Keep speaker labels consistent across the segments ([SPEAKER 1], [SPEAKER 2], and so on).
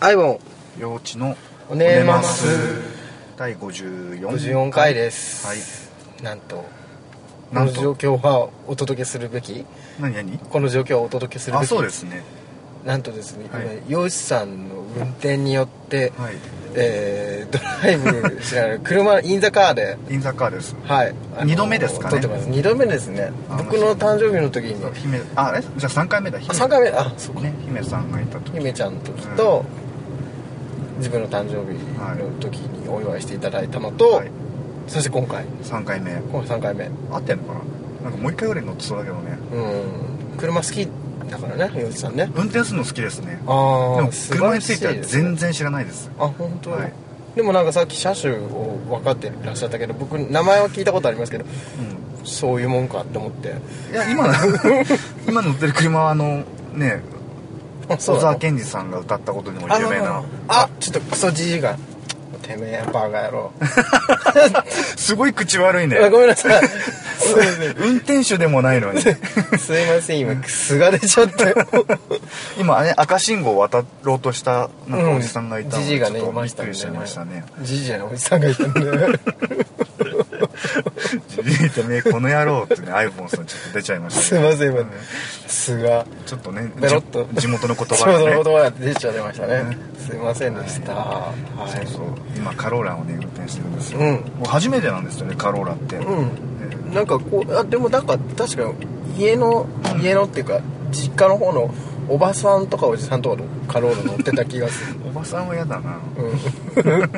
[SPEAKER 1] アイボン
[SPEAKER 2] 幼稚の
[SPEAKER 1] おねます
[SPEAKER 2] 第54
[SPEAKER 1] 54回です、
[SPEAKER 2] はい
[SPEAKER 1] なんとこ
[SPEAKER 2] なん
[SPEAKER 1] の
[SPEAKER 2] と
[SPEAKER 1] 状況はお届けするべき
[SPEAKER 2] 何何
[SPEAKER 1] この状況はお届けするべき
[SPEAKER 2] あそうですね
[SPEAKER 1] なんとですね、
[SPEAKER 2] はい
[SPEAKER 1] 今漁師さんの運転によって、
[SPEAKER 2] はい
[SPEAKER 1] えードライブしながら車インザカーで
[SPEAKER 2] インザカーです
[SPEAKER 1] はいあの
[SPEAKER 2] 二度目ですかね
[SPEAKER 1] 撮ってます2度目ですね
[SPEAKER 2] あ
[SPEAKER 1] 僕の誕生日の時に
[SPEAKER 2] 姫あえじゃあ3回目だ
[SPEAKER 1] あ3回目あそう
[SPEAKER 2] 目ね姫さんがいた時
[SPEAKER 1] 姫ちゃんの時と、自分の誕生日の時にお祝いしていただいたのと、
[SPEAKER 2] はい
[SPEAKER 1] そして今回
[SPEAKER 2] 3回目
[SPEAKER 1] 今回3回目
[SPEAKER 2] 合ってんのかななんかもう1回ぐらい乗ってそうだけどね
[SPEAKER 1] うん車好きだからね洋一さんね
[SPEAKER 2] 運転するの好きですねで
[SPEAKER 1] あ
[SPEAKER 2] も
[SPEAKER 1] あ素晴
[SPEAKER 2] 車
[SPEAKER 1] ら
[SPEAKER 2] につ
[SPEAKER 1] しい
[SPEAKER 2] いては
[SPEAKER 1] です
[SPEAKER 2] 全
[SPEAKER 1] ね
[SPEAKER 2] 然知らないです
[SPEAKER 1] あ本当、
[SPEAKER 2] はい
[SPEAKER 1] でもなんかさっき車種を分かってらっしゃったけど僕名前は聞いたことありますけど
[SPEAKER 2] う
[SPEAKER 1] そういうもんかって思って
[SPEAKER 2] んいや 今の今乗ってる車はあのね
[SPEAKER 1] あ
[SPEAKER 2] 小
[SPEAKER 1] うな
[SPEAKER 2] 沢
[SPEAKER 1] の
[SPEAKER 2] 健二さんが歌ったことにも
[SPEAKER 1] あ
[SPEAKER 2] 有名な
[SPEAKER 1] あちょっとクソじじいがてめえバカ野郎
[SPEAKER 2] すごい口悪いね
[SPEAKER 1] あごめんなさい すいません
[SPEAKER 2] 運転手でもないの に
[SPEAKER 1] すいません今素が出ちゃって
[SPEAKER 2] 今ね赤信号を渡ろうとしたなんかおじさんがいたの
[SPEAKER 1] じじいがねい
[SPEAKER 2] ちょっと
[SPEAKER 1] ま
[SPEAKER 2] びっ
[SPEAKER 1] したん
[SPEAKER 2] く
[SPEAKER 1] で
[SPEAKER 2] りしちゃいましたね
[SPEAKER 1] じじいじゃないおじさんがいたんで
[SPEAKER 2] じじいとねこの野郎ってね iPhone さんちょっと出ちゃいまし
[SPEAKER 1] す
[SPEAKER 2] た
[SPEAKER 1] い
[SPEAKER 2] ね
[SPEAKER 1] ません今ね素が
[SPEAKER 2] ちょっとね
[SPEAKER 1] ベロッと
[SPEAKER 2] 地地元の言
[SPEAKER 1] 地
[SPEAKER 2] 葉
[SPEAKER 1] 元の
[SPEAKER 2] が
[SPEAKER 1] 言
[SPEAKER 2] ね
[SPEAKER 1] 葉が出ちゃいましたねすいませんでしたはい
[SPEAKER 2] そうそう今カローラをね運転してるんですよ、
[SPEAKER 1] うん
[SPEAKER 2] もう初めてなんですよねカローラって、
[SPEAKER 1] うんなんかこうあでもなんか確か家の家のっていうか実家の方のおばさんとかおじさんとかのカローラ乗ってた気がする
[SPEAKER 2] おばさんは嫌だな
[SPEAKER 1] うん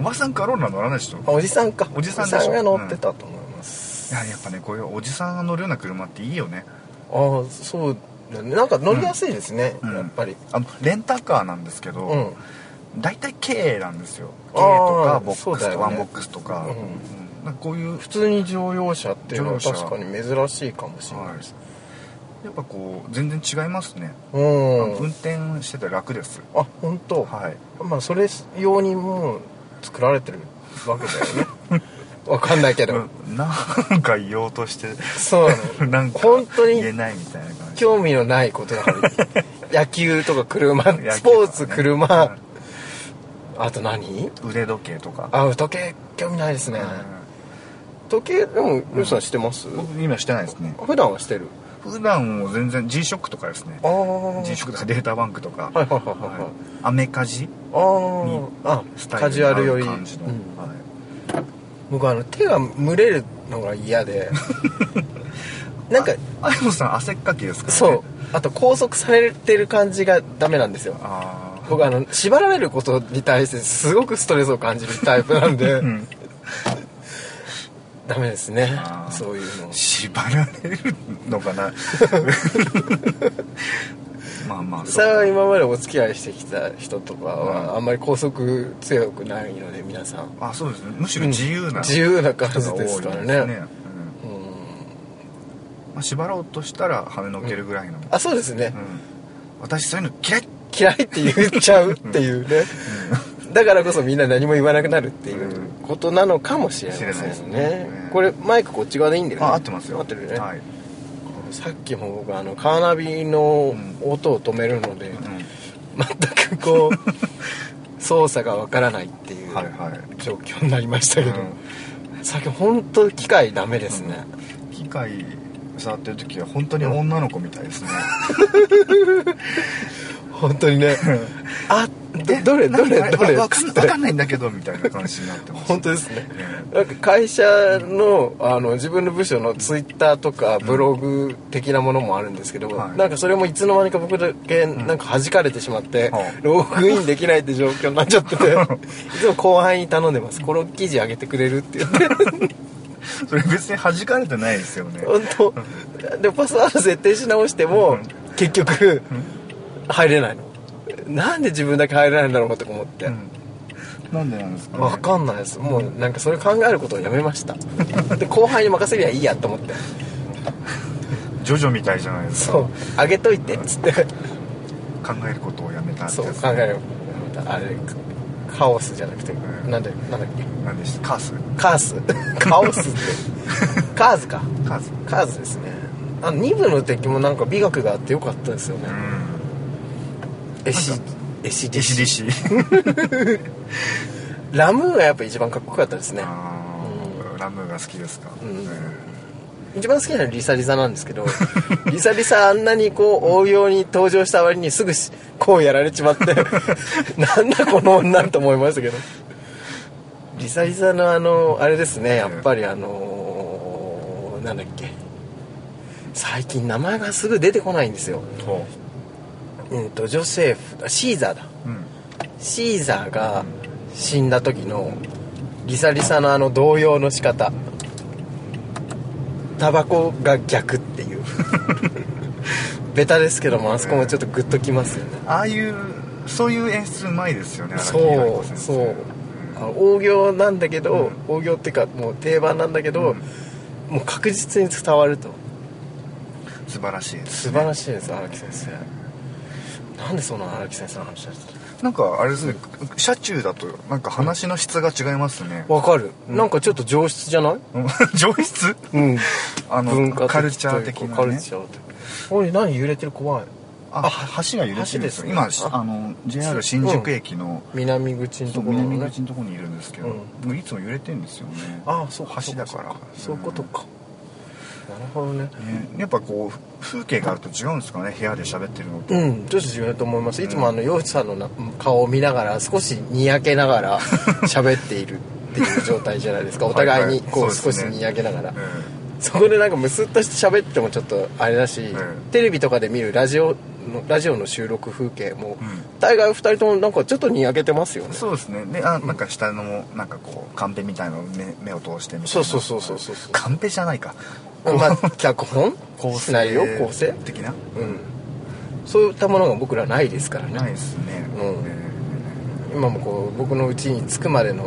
[SPEAKER 2] おばさんカローラ乗らないでしょ
[SPEAKER 1] あおじさんか
[SPEAKER 2] おじさんでしょ
[SPEAKER 1] が乗ってたと思います、
[SPEAKER 2] いややっぱねこういうおじさんが乗るような車っていいよね
[SPEAKER 1] ああそうだねなんか乗りやすいですね、
[SPEAKER 2] うん
[SPEAKER 1] やっぱり
[SPEAKER 2] あのレンタカーなんですけど、
[SPEAKER 1] うん
[SPEAKER 2] 大体 K なんですよ
[SPEAKER 1] あ
[SPEAKER 2] K と
[SPEAKER 1] ー
[SPEAKER 2] かボックス
[SPEAKER 1] そう
[SPEAKER 2] と
[SPEAKER 1] だ
[SPEAKER 2] か、
[SPEAKER 1] よね
[SPEAKER 2] ワンボックスと
[SPEAKER 1] う
[SPEAKER 2] か,、
[SPEAKER 1] ん
[SPEAKER 2] うんなんかこういう、はい、
[SPEAKER 1] 普通に乗用車っていうのは
[SPEAKER 2] 乗用車
[SPEAKER 1] 確かに珍しいかもしれないです、
[SPEAKER 2] やっぱこう全然違いますね、あの
[SPEAKER 1] う
[SPEAKER 2] 運
[SPEAKER 1] ん
[SPEAKER 2] 転してて楽です
[SPEAKER 1] あ本当、
[SPEAKER 2] はい
[SPEAKER 1] まあそれ用にもう作られてるわけだよ ねわかんないけど、
[SPEAKER 2] うんなんか言おうとして
[SPEAKER 1] そうなの
[SPEAKER 2] なんか
[SPEAKER 1] 本当に
[SPEAKER 2] 言えないみたいな感じ
[SPEAKER 1] 興味のないことだから野球とか車
[SPEAKER 2] 野球とかね
[SPEAKER 1] スポーツ車、
[SPEAKER 2] うん
[SPEAKER 1] あと何
[SPEAKER 2] 腕時計とか
[SPEAKER 1] あ時計興味ないですね、時計でもルーさんしてます、
[SPEAKER 2] うん僕今してないですね
[SPEAKER 1] 普段はしてる
[SPEAKER 2] 普段も全然 G ショックとかですね
[SPEAKER 1] ああ
[SPEAKER 2] G ショックとかデータバンクとか、
[SPEAKER 1] はいはいはいはいはい
[SPEAKER 2] アメカジ
[SPEAKER 1] ああ
[SPEAKER 2] スタイル
[SPEAKER 1] カジュアルより、
[SPEAKER 2] に合う感じの、
[SPEAKER 1] うん
[SPEAKER 2] はい
[SPEAKER 1] 僕あの手が蒸れるのが嫌 でなんか
[SPEAKER 2] あいもさん汗っかきですからね
[SPEAKER 1] そうあと拘束されてる感じがダメなんですよ
[SPEAKER 2] あ
[SPEAKER 1] 僕あの縛られることに対してすごくストレスを感じるタイプなんで、
[SPEAKER 2] あうん
[SPEAKER 1] ダメですね
[SPEAKER 2] あー
[SPEAKER 1] そういうの
[SPEAKER 2] 縛られるのかな まあまあ
[SPEAKER 1] さ
[SPEAKER 2] う
[SPEAKER 1] あ今までお付き合いしてきた人とかはあんまり拘束強くないので皆さん
[SPEAKER 2] あそうですねむしろ自由な、
[SPEAKER 1] 自由な感
[SPEAKER 2] 人
[SPEAKER 1] じ
[SPEAKER 2] が多い
[SPEAKER 1] ですからね
[SPEAKER 2] うんま
[SPEAKER 1] うん
[SPEAKER 2] あ、縛ろうとしたらはめのけるぐらいの、うん
[SPEAKER 1] あそうですね、
[SPEAKER 2] 私そういうの嫌い
[SPEAKER 1] 嫌いって言っちゃうっていうね、だからこそみんな何も言わなくなるっていうことなのかもしれません
[SPEAKER 2] 知れない
[SPEAKER 1] ね
[SPEAKER 2] ですね
[SPEAKER 1] これマイクこっち側でいいんだよね
[SPEAKER 2] あ合ってますよ
[SPEAKER 1] 合ってるよね、
[SPEAKER 2] はい、
[SPEAKER 1] さっきも僕あのカーナビの音を止めるので、
[SPEAKER 2] う、
[SPEAKER 1] 全くこう操作がわからないっていうん
[SPEAKER 2] はいはい
[SPEAKER 1] 状況になりましたけど、
[SPEAKER 2] う
[SPEAKER 1] 最近本当機械ダメですね、
[SPEAKER 2] ん機械触ってる時は本当に女の子みたいですね、
[SPEAKER 1] 本当にねあ どどれ
[SPEAKER 2] えな
[SPEAKER 1] ど
[SPEAKER 2] んかあ
[SPEAKER 1] れどれ
[SPEAKER 2] わかんわかんないんだけどみたいな感じになってます
[SPEAKER 1] 本当ですねなんか会社のあの自分の部署のツイッターとかブログ的なものもあるんですけど、
[SPEAKER 2] はい
[SPEAKER 1] なんかそれもいつの間にか僕だけなんか弾かれてしまって、
[SPEAKER 2] はい
[SPEAKER 1] ログインできないって状況になっちゃ ってていつも後輩に頼んでますこの記事上げてくれるって言って
[SPEAKER 2] それ別に弾かれてないですよね
[SPEAKER 1] 本当でパスワード設定し直しても結局入れないのなんで自分だけ入れないんだろうかとか思って、
[SPEAKER 2] なんでなんですか、ね、
[SPEAKER 1] わかんないですもうなんかそれ考えることをやめま したで後輩に任せりゃいいやと思って
[SPEAKER 2] ジョジョみたいじゃないですか
[SPEAKER 1] そうあげといてっつって
[SPEAKER 2] 考えることをやめたって
[SPEAKER 1] そう
[SPEAKER 2] やつ
[SPEAKER 1] 考えるあれカオスじゃなくて
[SPEAKER 2] うん
[SPEAKER 1] なんでなんだっけ
[SPEAKER 2] 何でしたカース
[SPEAKER 1] カース カオスってカーズか
[SPEAKER 2] カース
[SPEAKER 1] カーズですねあの2部の敵もなんか美学があってよかったですよね
[SPEAKER 2] うん
[SPEAKER 1] 絵師 ACDC
[SPEAKER 2] ACDC
[SPEAKER 1] ラムーがやっぱ一番かっこよかったですね
[SPEAKER 2] あーラムが好きですか、
[SPEAKER 1] ん
[SPEAKER 2] うん
[SPEAKER 1] 一番好きなのはリサリサなんですけどリサリサあんなにこう応用に登場した割にすぐしこうやられちまって なんだこの女と思いましたけどリサリサのあのあれですねやっぱりあのーなんだっけ最近名前がすぐ出てこないんですよ
[SPEAKER 2] ほ
[SPEAKER 1] うんとジョセフあシーザーだ
[SPEAKER 2] ううん
[SPEAKER 1] シーザーが死んだ時のリサリサのあの動揺の仕方タバコが逆って いうベタですけどもあそこもちょっとグッときますよね
[SPEAKER 2] ああいうそういう演出うまいですよね荒木
[SPEAKER 1] そ
[SPEAKER 2] 由紀子
[SPEAKER 1] う
[SPEAKER 2] 先生
[SPEAKER 1] そうあの大行なんだけど、大行っていうかもう定番なんだけど、
[SPEAKER 2] うん
[SPEAKER 1] もう確実に伝わると
[SPEAKER 2] 素晴らしいです
[SPEAKER 1] 素晴らしいです荒木先生なんでそんな荒木先生の話だった
[SPEAKER 2] なんかあれですね車中だとなんか話の質が違いますね、
[SPEAKER 1] わかる、なんかちょっと上質じゃない
[SPEAKER 2] うん 上質
[SPEAKER 1] うん
[SPEAKER 2] あの
[SPEAKER 1] 文化的
[SPEAKER 2] カルチャー的な、ね、
[SPEAKER 1] カルチャー的おい何揺れてる怖い
[SPEAKER 2] あは橋が揺れてるんですよ
[SPEAKER 1] 橋
[SPEAKER 2] 今
[SPEAKER 1] ですね
[SPEAKER 2] あの JR 新宿駅の、
[SPEAKER 1] 南口の
[SPEAKER 2] そ
[SPEAKER 1] と
[SPEAKER 2] う
[SPEAKER 1] ころの
[SPEAKER 2] 南
[SPEAKER 1] ね
[SPEAKER 2] 口のところにいるんですけど、
[SPEAKER 1] うん
[SPEAKER 2] もういつも揺れてるんですよね
[SPEAKER 1] ああそうか
[SPEAKER 2] 橋だか
[SPEAKER 1] そう
[SPEAKER 2] ら
[SPEAKER 1] うかそういうことか、なるほどね
[SPEAKER 2] ねやっぱこう風景があると違うんですかね部屋で喋ってるのと、
[SPEAKER 1] うんちょっと違うと思いますいつもあの洋一さんのな顔を見ながら少しにやけなが ら喋っているっていう状態じゃないですかお互いにこ
[SPEAKER 2] は
[SPEAKER 1] う
[SPEAKER 2] いはいそ
[SPEAKER 1] 少
[SPEAKER 2] うで
[SPEAKER 1] し
[SPEAKER 2] すね
[SPEAKER 1] にやけながら
[SPEAKER 2] え
[SPEAKER 1] そこでなんかムスッとして喋ってもちょっとあれだし、
[SPEAKER 2] ん
[SPEAKER 1] テレビとかで見るラジオのラジオの収録風景も、
[SPEAKER 2] うん
[SPEAKER 1] 大概二人ともなんかちょっとにやけてますよ
[SPEAKER 2] え
[SPEAKER 1] ね
[SPEAKER 2] そうですねであなんか下のもなんかこうカンペみたいなのを目目を通してみたいな
[SPEAKER 1] そうそうそうそうそうそう
[SPEAKER 2] カンペじゃないか
[SPEAKER 1] まあ、脚本シナリオ構成
[SPEAKER 2] 的な
[SPEAKER 1] うんそういったものが僕らないですからね、
[SPEAKER 2] ないですね、
[SPEAKER 1] うん
[SPEAKER 2] え
[SPEAKER 1] 今もこう僕の家に着くまでの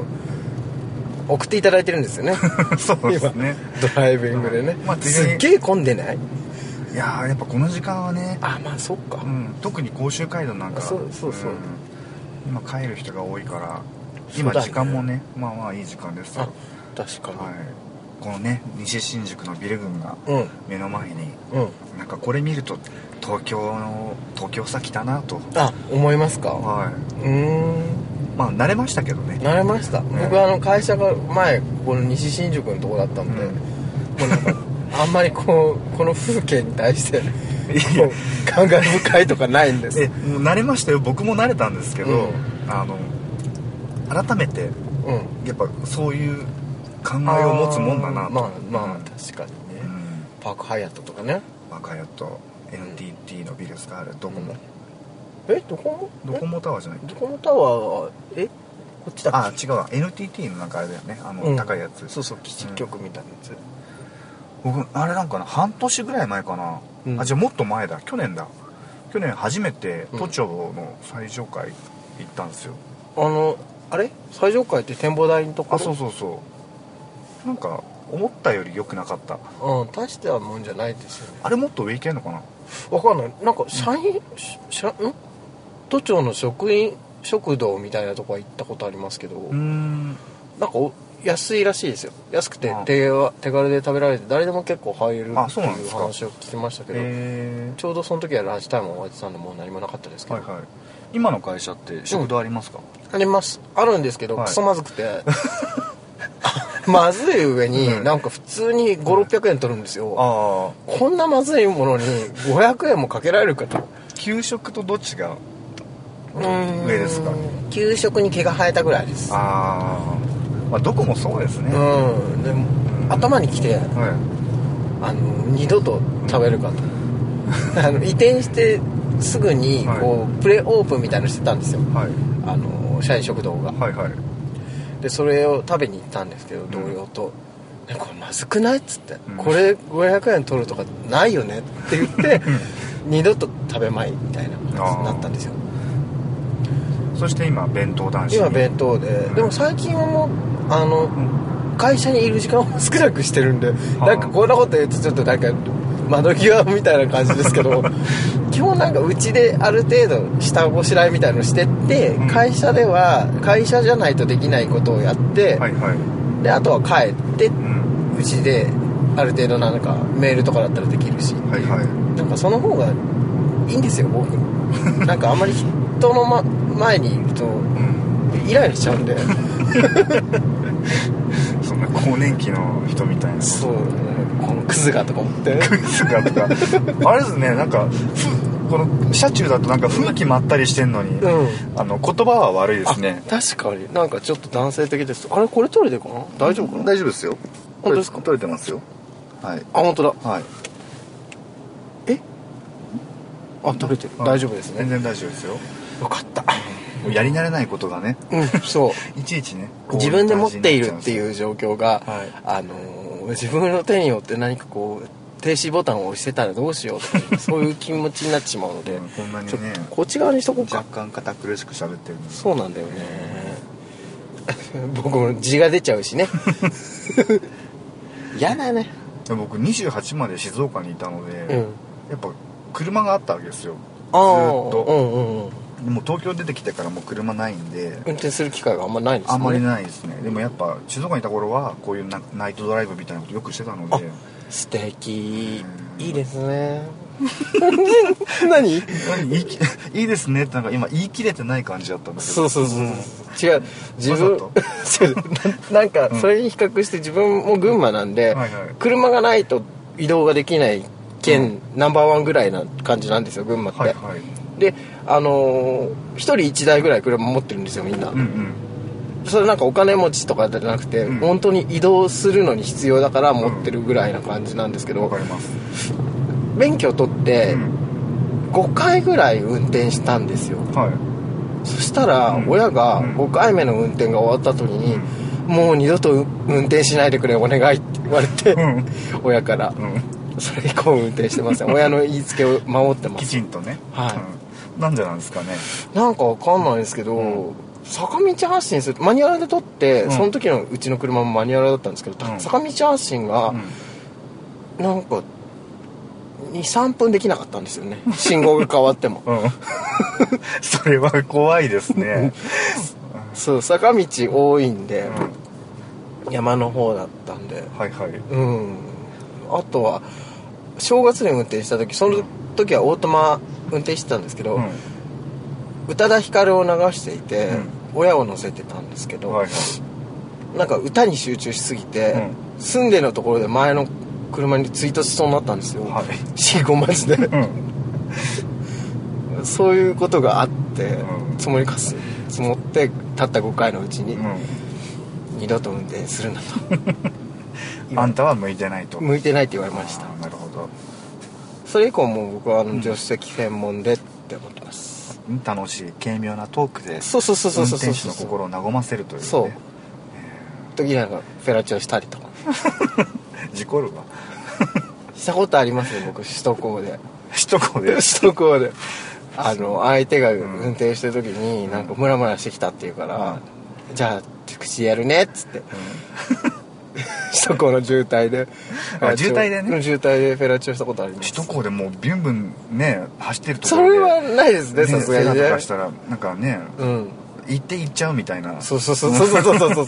[SPEAKER 1] 送っていただいてるんですよね
[SPEAKER 2] え そうですね
[SPEAKER 1] ドライビングでね、
[SPEAKER 2] まあつい
[SPEAKER 1] す
[SPEAKER 2] でに
[SPEAKER 1] っげえ混んでない
[SPEAKER 2] いやーやっぱこの時間はね、
[SPEAKER 1] あまあそっか、
[SPEAKER 2] うん、特に甲州街道なんか
[SPEAKER 1] そうそうそうん
[SPEAKER 2] 今帰る人が多いから
[SPEAKER 1] そう
[SPEAKER 2] 今
[SPEAKER 1] だね
[SPEAKER 2] 時間もねまあまあいい時間ですよ
[SPEAKER 1] あ確かに、
[SPEAKER 2] はい、このね西新宿のビル群が
[SPEAKER 1] うん
[SPEAKER 2] 目の前に、
[SPEAKER 1] うん
[SPEAKER 2] なんかこれ見ると東京の東京さ来たなと
[SPEAKER 1] あ思いますか
[SPEAKER 2] は
[SPEAKER 1] うーん
[SPEAKER 2] いまあ慣れましたけどね
[SPEAKER 1] 慣れました、
[SPEAKER 2] ん
[SPEAKER 1] 僕あの会社が前ここの西新宿のとこだったんで、
[SPEAKER 2] うん
[SPEAKER 1] もうなんかあんまりこう この風景に対して
[SPEAKER 2] や
[SPEAKER 1] こう感慨深いとかないんです
[SPEAKER 2] えもう慣れましたよ僕も慣れたんですけど、
[SPEAKER 1] うん
[SPEAKER 2] あの改めて
[SPEAKER 1] うん
[SPEAKER 2] やっぱそういう考えを持つもんだな
[SPEAKER 1] あー
[SPEAKER 2] と
[SPEAKER 1] まあまあ確かにね、
[SPEAKER 2] うん
[SPEAKER 1] パークハイアットとかね
[SPEAKER 2] 若谷と NTT のビルですかあれドコモ、
[SPEAKER 1] えどこも
[SPEAKER 2] ドコモタワーじゃない
[SPEAKER 1] えドコモタワーはえこっちだ
[SPEAKER 2] あ
[SPEAKER 1] っ
[SPEAKER 2] 違うわ NTT のなんかあれだよねあ
[SPEAKER 1] け
[SPEAKER 2] の、
[SPEAKER 1] うん
[SPEAKER 2] 高いやつ
[SPEAKER 1] そうそう基地局みたいなやつ、
[SPEAKER 2] 僕あれなんかな半年ぐらい前かな、
[SPEAKER 1] うん
[SPEAKER 2] あじゃあもっと前だ去年だ去年初めて
[SPEAKER 1] うん
[SPEAKER 2] 都庁の最上階行ったんですよ、
[SPEAKER 1] あのあれ最上階って展望台のところ
[SPEAKER 2] あそうそうそうなんか思ったより良くなかった
[SPEAKER 1] う、うん、大したもんじゃないですよね
[SPEAKER 2] あれもっと上行けんのかな
[SPEAKER 1] わかんないなんか社員、し社ん都庁の職員食堂みたいなとこは行ったことありますけど、
[SPEAKER 2] うーん
[SPEAKER 1] なんかお安いらしいですよ安くて
[SPEAKER 2] あ
[SPEAKER 1] 手は手軽で食べられて誰でも結構入れる
[SPEAKER 2] あ
[SPEAKER 1] って
[SPEAKER 2] そうなんで
[SPEAKER 1] いう
[SPEAKER 2] すか
[SPEAKER 1] 話を聞きましたけど、
[SPEAKER 2] え
[SPEAKER 1] ちょうどその時はランチタイム終わってたんでもう何もなかったですけ
[SPEAKER 2] ー、
[SPEAKER 1] ど、
[SPEAKER 2] はいはい今の会社って食堂ありますか、
[SPEAKER 1] ありますあるんですけど、
[SPEAKER 2] はい
[SPEAKER 1] クソまずく て まずい上に、
[SPEAKER 2] うん
[SPEAKER 1] なんか普通に5600円取るんですよ、
[SPEAKER 2] ああ
[SPEAKER 1] こんなまずいものに500円もかけられるかと
[SPEAKER 2] 給食とどっちが
[SPEAKER 1] うん
[SPEAKER 2] 上ですか
[SPEAKER 1] 給食に毛が生えたぐらいです
[SPEAKER 2] ああまあどこもそうですね、
[SPEAKER 1] うんでも頭にきて
[SPEAKER 2] はい
[SPEAKER 1] あの二度と食べるかと あの移転してすぐにこう、プレオープンみたいのしてたんですよ
[SPEAKER 2] はい
[SPEAKER 1] あの社員食堂が
[SPEAKER 2] はいはい
[SPEAKER 1] でそれを食べに行ったんですけど同僚と「ねこれまずくない?」っつって「
[SPEAKER 2] うん
[SPEAKER 1] これ500円取るとかないよね」って言って二度と食べまいみたいな感じになったんですよ
[SPEAKER 2] そして今弁当男子
[SPEAKER 1] 今弁当ででも最近はもうあの会社にいる時間を少なくしてるんでなんかこんなこと言うとちょっとなんか窓際みたいな感じですけ ど基本なんかうちである程度下ごしらえみたいのしてって
[SPEAKER 2] うん
[SPEAKER 1] 会社では会社じゃないとできないことをやって、
[SPEAKER 2] はいはい
[SPEAKER 1] であとは帰って
[SPEAKER 2] うん
[SPEAKER 1] うちである程度なんかメールとかだったらできるし
[SPEAKER 2] はいはい
[SPEAKER 1] なんかその方がいいんですよ僕なんかあんまり人の、ま、前にいると
[SPEAKER 2] うん
[SPEAKER 1] イライラしちゃうんで
[SPEAKER 2] そんな更年期の人み たいな
[SPEAKER 1] そうこのクズがとか思って
[SPEAKER 2] クイズがとかあれですねなんかふこの車中だとなんか雰囲気まったりしてんのに、
[SPEAKER 1] うん
[SPEAKER 2] あの言葉は悪いですね
[SPEAKER 1] あ確かになんかちょっと男性的ですあれこれ取れてるかな大丈夫かな
[SPEAKER 2] 大丈夫ですよ
[SPEAKER 1] 本当ですか
[SPEAKER 2] 取れ取れてますよはい
[SPEAKER 1] あ本当だ
[SPEAKER 2] はい
[SPEAKER 1] あ取れてる大丈夫です
[SPEAKER 2] 全
[SPEAKER 1] ね
[SPEAKER 2] 然大丈夫ですよ
[SPEAKER 1] よかった
[SPEAKER 2] もうやり慣れないことがね
[SPEAKER 1] うん そう
[SPEAKER 2] いちいちねこう
[SPEAKER 1] 自分で持っているって
[SPEAKER 2] う
[SPEAKER 1] いう状況が、
[SPEAKER 2] はい
[SPEAKER 1] あのー自分の手によって何かこう停止ボタンを押してたらどうしようと かそういう気持ちになってしまうので、
[SPEAKER 2] うんこんなにね
[SPEAKER 1] ちょっとこっち側にしとこう
[SPEAKER 2] 若
[SPEAKER 1] か
[SPEAKER 2] 干堅苦しく喋ってるんです
[SPEAKER 1] そうなんだよね 僕も字が出ちゃうしね 嫌だね
[SPEAKER 2] で僕28まで静岡にいたので、
[SPEAKER 1] うん
[SPEAKER 2] やっぱ車があったわけですよ
[SPEAKER 1] あー
[SPEAKER 2] ずーっと
[SPEAKER 1] うんうんうん
[SPEAKER 2] でもう東京出てきてからもう車ないんで、
[SPEAKER 1] 運転する機会があんまないんです
[SPEAKER 2] あ
[SPEAKER 1] よ
[SPEAKER 2] ん
[SPEAKER 1] ね
[SPEAKER 2] まりないですねでもやっぱ静岡にいた頃はこういうなナイトドライブみたいなことよくしてたので
[SPEAKER 1] 素敵
[SPEAKER 2] うん
[SPEAKER 1] いいです ね何
[SPEAKER 2] 何言いき いいですねってなんか今言い切れてない感じだったんだけど
[SPEAKER 1] そうそうそうそう違う自分
[SPEAKER 2] わ
[SPEAKER 1] 違うななんかそれに比較して自分も群馬なんで、
[SPEAKER 2] はいはい
[SPEAKER 1] 車がないと移動ができない県、ナンバーワンぐらいな感じなんですよ群馬って、
[SPEAKER 2] はいはい
[SPEAKER 1] であのー、1人1台ぐらい車持ってるんですよみんな、
[SPEAKER 2] うんうん
[SPEAKER 1] それなんかお金持ちとかじゃなくて、
[SPEAKER 2] うん
[SPEAKER 1] 本当に移動するのに必要だから持ってるぐらいな感じなんですけど、
[SPEAKER 2] わかります、
[SPEAKER 1] 免許取って
[SPEAKER 2] うん
[SPEAKER 1] 5回ぐらい運転したんですよ、
[SPEAKER 2] はい
[SPEAKER 1] そしたら
[SPEAKER 2] うん
[SPEAKER 1] 親が
[SPEAKER 2] うん
[SPEAKER 1] 5回目の運転が終わった時に「もう二度と運転しないでくれお願い」って言われて、
[SPEAKER 2] うん
[SPEAKER 1] 親から
[SPEAKER 2] うん
[SPEAKER 1] それ以降運転してません親の言いつけを守ってま
[SPEAKER 2] き
[SPEAKER 1] す
[SPEAKER 2] ちんとね
[SPEAKER 1] はい
[SPEAKER 2] うんなんでなんですかね
[SPEAKER 1] なんかわかんないんですけど、
[SPEAKER 2] う
[SPEAKER 1] 坂道発進するマニュアルで撮って、
[SPEAKER 2] うん
[SPEAKER 1] その時のうちの車もマニュアルだったんですけど、
[SPEAKER 2] うん
[SPEAKER 1] 坂道発進が
[SPEAKER 2] う
[SPEAKER 1] なんか23分できなかったんですよね信号が変わっても
[SPEAKER 2] ん、うん それは怖いです ね
[SPEAKER 1] そう坂道多いんで
[SPEAKER 2] うん、
[SPEAKER 1] 山の方だったんで
[SPEAKER 2] はいはい
[SPEAKER 1] うんあとは正月に運転した時その時はオートマ運転してたんですけど、
[SPEAKER 2] う
[SPEAKER 1] 宇多田ヒカルを流していて、
[SPEAKER 2] うん
[SPEAKER 1] 親を乗せてたんですけど、
[SPEAKER 2] んはいはい
[SPEAKER 1] なんか歌に集中しすぎて、
[SPEAKER 2] うん
[SPEAKER 1] 住んでのところで前の車に追突しそうになったんですよ、
[SPEAKER 2] はい
[SPEAKER 1] 死後マジで
[SPEAKER 2] うん
[SPEAKER 1] そういうことがあって、
[SPEAKER 2] うん
[SPEAKER 1] 積もりかす積もってたった5回のうちに、
[SPEAKER 2] う
[SPEAKER 1] 二度と運転するなと
[SPEAKER 2] んあんたは向いてないと
[SPEAKER 1] 向いてないって言われました
[SPEAKER 2] あーなるほど
[SPEAKER 1] それ以降もう僕はあの助手席専門でって思ってます、
[SPEAKER 2] 楽しい軽妙なトークで
[SPEAKER 1] そうそうそうそうそう
[SPEAKER 2] 運
[SPEAKER 1] そう
[SPEAKER 2] 転手の心を和ませるという、ね、
[SPEAKER 1] そう時なんかフェラチオしたりとか
[SPEAKER 2] 事故るわ
[SPEAKER 1] したことありますよ僕首都高で
[SPEAKER 2] 一言で
[SPEAKER 1] 首都高であの相手が運転してる時に
[SPEAKER 2] ん
[SPEAKER 1] なんかムラムラしてきたって言うから、じゃあ口やるねっつって首都高の渋滞で
[SPEAKER 2] あ渋滞でね
[SPEAKER 1] うん渋滞でフェラチオしたことあります
[SPEAKER 2] 首都高でもうビュンビュンね走ってるとこ
[SPEAKER 1] そ
[SPEAKER 2] ろで
[SPEAKER 1] れはないですねさすがに
[SPEAKER 2] セダンと
[SPEAKER 1] ね
[SPEAKER 2] かしたらなんかね
[SPEAKER 1] うん
[SPEAKER 2] 行って行っちゃうみたいな
[SPEAKER 1] そうそうそうそうそうそうそう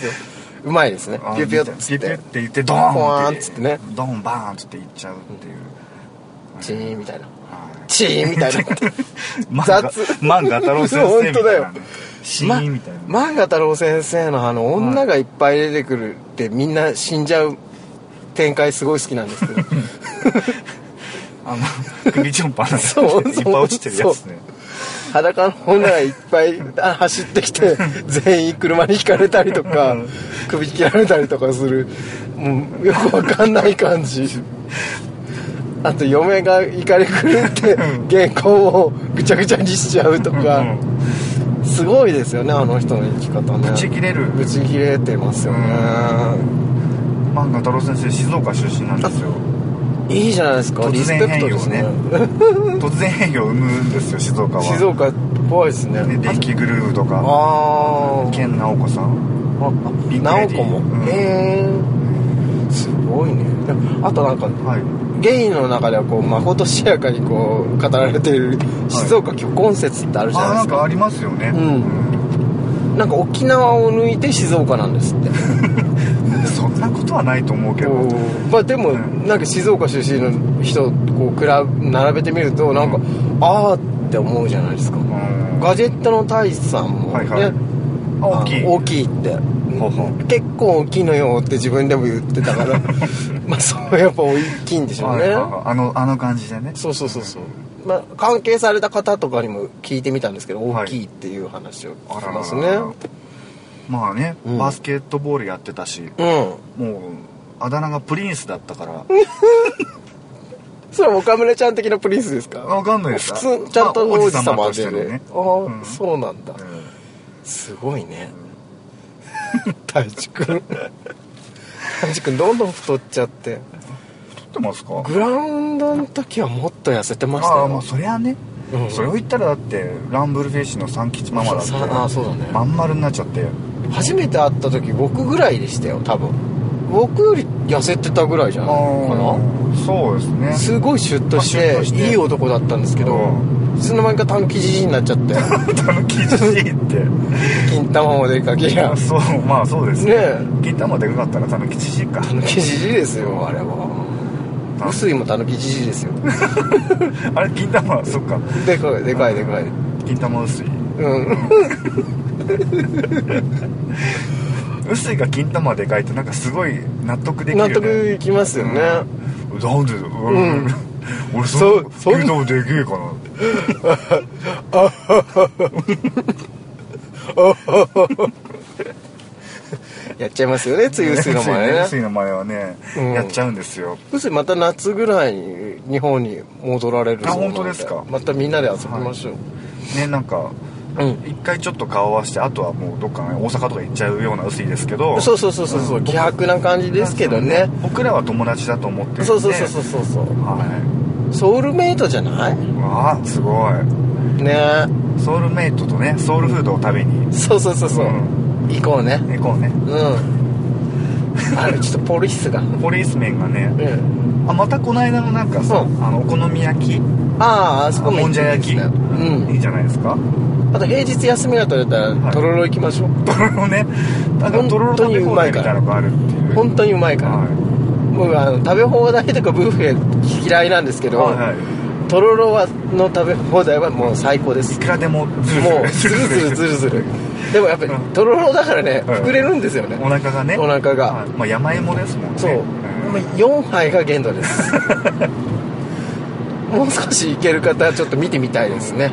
[SPEAKER 1] うまいですね
[SPEAKER 2] あー
[SPEAKER 1] ピュピュっつ
[SPEAKER 2] ピ
[SPEAKER 1] っ
[SPEAKER 2] ュピュ
[SPEAKER 1] て
[SPEAKER 2] って言ってドーン
[SPEAKER 1] ポワーンっつってね
[SPEAKER 2] ドーンバーンっつって行っちゃうっていう、
[SPEAKER 1] チーンみたいな
[SPEAKER 2] はい
[SPEAKER 1] チーンみたいな
[SPEAKER 2] 漫画
[SPEAKER 1] 雑
[SPEAKER 2] 漫画太郎先生みた
[SPEAKER 1] 本
[SPEAKER 2] いな、ね、
[SPEAKER 1] 当だよ
[SPEAKER 2] シーンみたいな、
[SPEAKER 1] ま漫画太郎先生のあの女がいっぱい出てくるってみんな死んじゃう展開すごい好きなんですけ ど
[SPEAKER 2] あの首ちょんぱな
[SPEAKER 1] そう
[SPEAKER 2] いっぱい落ちてるやつね
[SPEAKER 1] 裸の女がいっぱいあ走ってき て全員車にひかれたりとか首切られたりとかするもうよくわかんない感じあと嫁が怒り狂って原稿をぐちゃぐちゃにしちゃうとか
[SPEAKER 2] うんうん
[SPEAKER 1] すごいですよねあの人の生き方ね
[SPEAKER 2] ぶち切れる
[SPEAKER 1] ぶち切れてますよね
[SPEAKER 2] 漫画太郎先生静岡出身なんですよ
[SPEAKER 1] いいじゃないですか
[SPEAKER 2] 突
[SPEAKER 1] リス
[SPEAKER 2] 然
[SPEAKER 1] ペクトですね
[SPEAKER 2] 変突然変異を生むんですよ静岡は
[SPEAKER 1] 静岡怖いですね
[SPEAKER 2] ね、電気グルーヴと
[SPEAKER 1] あ
[SPEAKER 2] か
[SPEAKER 1] あー
[SPEAKER 2] 健直子さん
[SPEAKER 1] ああ
[SPEAKER 2] ビッグ
[SPEAKER 1] ナ
[SPEAKER 2] レ
[SPEAKER 1] オ
[SPEAKER 2] ディ
[SPEAKER 1] コも、
[SPEAKER 2] うん
[SPEAKER 1] へえすごいねあとなんか
[SPEAKER 2] はい
[SPEAKER 1] ゲイの中ではこうまことしやかにこう語られている静岡虚婚説ってあるじゃ
[SPEAKER 2] あ
[SPEAKER 1] な
[SPEAKER 2] ない
[SPEAKER 1] で
[SPEAKER 2] ん
[SPEAKER 1] すか
[SPEAKER 2] かありますよね
[SPEAKER 1] うんなんか沖縄を抜いて静岡なんですって
[SPEAKER 2] うんそんなことはないと思うけど
[SPEAKER 1] おーまあでも
[SPEAKER 2] うん
[SPEAKER 1] なんか静岡出身の人こう比べ並べてみるとなんか、ああって思うじゃないですか
[SPEAKER 2] うん
[SPEAKER 1] ガジェットの大使さんもね、
[SPEAKER 2] はいはいあ大きい
[SPEAKER 1] あの大きいって
[SPEAKER 2] ほうほう
[SPEAKER 1] 結構大きいのよって自分でも言ってたから まあそうやっぱ大きいんでしょう
[SPEAKER 2] はい
[SPEAKER 1] ね
[SPEAKER 2] はいはいあのあの感じでね
[SPEAKER 1] そうそうそうそう、まあ、関係された方とかにも聞いてみたんですけど
[SPEAKER 2] はい
[SPEAKER 1] 大きいっていう話を
[SPEAKER 2] あ
[SPEAKER 1] 聞
[SPEAKER 2] ら
[SPEAKER 1] き
[SPEAKER 2] らら
[SPEAKER 1] ますね、
[SPEAKER 2] まあね、
[SPEAKER 1] うん
[SPEAKER 2] バスケットボールやってたし
[SPEAKER 1] うん
[SPEAKER 2] もうあだ名がプリンスだったから
[SPEAKER 1] それは岡村ちゃん的なプリンスですか
[SPEAKER 2] わかんないです
[SPEAKER 1] 普通ちゃんと
[SPEAKER 2] まあ
[SPEAKER 1] 王子様
[SPEAKER 2] とし
[SPEAKER 1] で
[SPEAKER 2] てのね
[SPEAKER 1] ねあ
[SPEAKER 2] うん
[SPEAKER 1] あそうなんだすごいね 太一くん太一くんどんどん太っちゃって
[SPEAKER 2] 撮ってますか
[SPEAKER 1] グラウンドの時はもっと痩せてました
[SPEAKER 2] ああも
[SPEAKER 1] よ
[SPEAKER 2] うそりゃね、
[SPEAKER 1] うん
[SPEAKER 2] それを言ったらだってランブルフィッシュの三吉ママだって
[SPEAKER 1] さああそうだね
[SPEAKER 2] まん丸になっちゃって
[SPEAKER 1] 初めて会った時僕ぐらいでしたよ多分僕より痩せてたぐらいじゃ
[SPEAKER 2] あ
[SPEAKER 1] ないかな
[SPEAKER 2] ーそうですね
[SPEAKER 1] すごいシュッとし
[SPEAKER 2] まあシュッ
[SPEAKER 1] て
[SPEAKER 2] として
[SPEAKER 1] いい男だったんですけど
[SPEAKER 2] う
[SPEAKER 1] いつの間にか短期じじいになっちゃって
[SPEAKER 2] たぶん吉じいって
[SPEAKER 1] 金玉までかけや
[SPEAKER 2] あそうまあそうです
[SPEAKER 1] ねえ
[SPEAKER 2] 銀玉でかかったらたぶん吉じいか
[SPEAKER 1] 短期じじいですよあれは薄いも短期じじいです よ
[SPEAKER 2] あれ銀玉そっか
[SPEAKER 1] でかいでかいでかい
[SPEAKER 2] 銀玉薄い
[SPEAKER 1] うん
[SPEAKER 2] 薄いが銀玉でかいってなんかすごい納得できるよ
[SPEAKER 1] 納
[SPEAKER 2] ね
[SPEAKER 1] 得いきますよね
[SPEAKER 2] なんでう
[SPEAKER 1] うんん
[SPEAKER 2] 俺
[SPEAKER 1] そ
[SPEAKER 2] そう
[SPEAKER 1] そん
[SPEAKER 2] 銀玉でけえかな
[SPEAKER 1] やっちゃいますよね梅雨水の 前ね
[SPEAKER 2] 薄いの前はね、
[SPEAKER 1] うん
[SPEAKER 2] やっちゃうんですよ
[SPEAKER 1] 薄いまた夏ぐらいに日本に戻られるそうなん
[SPEAKER 2] あ本当ですか
[SPEAKER 1] またみんなで遊びましょう
[SPEAKER 2] ねなんか
[SPEAKER 1] うん
[SPEAKER 2] 一回ちょっと顔合わせてあとはもうどっかね大阪とか行っちゃうような薄いですけど
[SPEAKER 1] そうそうそうそうそう希薄な感じですけどね
[SPEAKER 2] 僕らは友達だと思ってるんで
[SPEAKER 1] そうそうそうそうそうそう
[SPEAKER 2] は
[SPEAKER 1] ソウルメイトじゃない
[SPEAKER 2] いわあすごい
[SPEAKER 1] ね
[SPEAKER 2] ソウルメイトとねソウルフードを食べに
[SPEAKER 1] そうそうそうそう、
[SPEAKER 2] う
[SPEAKER 1] 行こうね
[SPEAKER 2] 行こうね
[SPEAKER 1] うんあれちょっとポリスが、
[SPEAKER 2] ポリスメンがね
[SPEAKER 1] うん、
[SPEAKER 2] あまたこの間のなんかさあ
[SPEAKER 1] うん
[SPEAKER 2] のお好み焼き
[SPEAKER 1] あああそこも
[SPEAKER 2] もんじゃ焼き
[SPEAKER 1] 行っていいです
[SPEAKER 2] い
[SPEAKER 1] ね
[SPEAKER 2] いじゃないですか
[SPEAKER 1] うんあと平日休みが取れた
[SPEAKER 2] は
[SPEAKER 1] ら
[SPEAKER 2] い
[SPEAKER 1] とろろ行きましょう、
[SPEAKER 2] とろろねなんかとろろ食べ放題みたいなのがあるっていう
[SPEAKER 1] 本当にうまいから、
[SPEAKER 2] は
[SPEAKER 1] 僕あの食べ放題とかブッフェ嫌いなんですけ
[SPEAKER 2] い
[SPEAKER 1] ど、
[SPEAKER 2] はいはい
[SPEAKER 1] とろろはの食べ放題はもう最高です
[SPEAKER 2] いくらでもズルズル
[SPEAKER 1] もうズルズルズルズルでもやっぱり
[SPEAKER 2] うん
[SPEAKER 1] とろろだからね
[SPEAKER 2] うん
[SPEAKER 1] 膨れるんですよね、
[SPEAKER 2] お腹がね
[SPEAKER 1] お腹が
[SPEAKER 2] はいまあ山芋ですもんね
[SPEAKER 1] そう、
[SPEAKER 2] ん
[SPEAKER 1] まあ4杯が限度です もう少しいける方はちょっと見てみたいですね、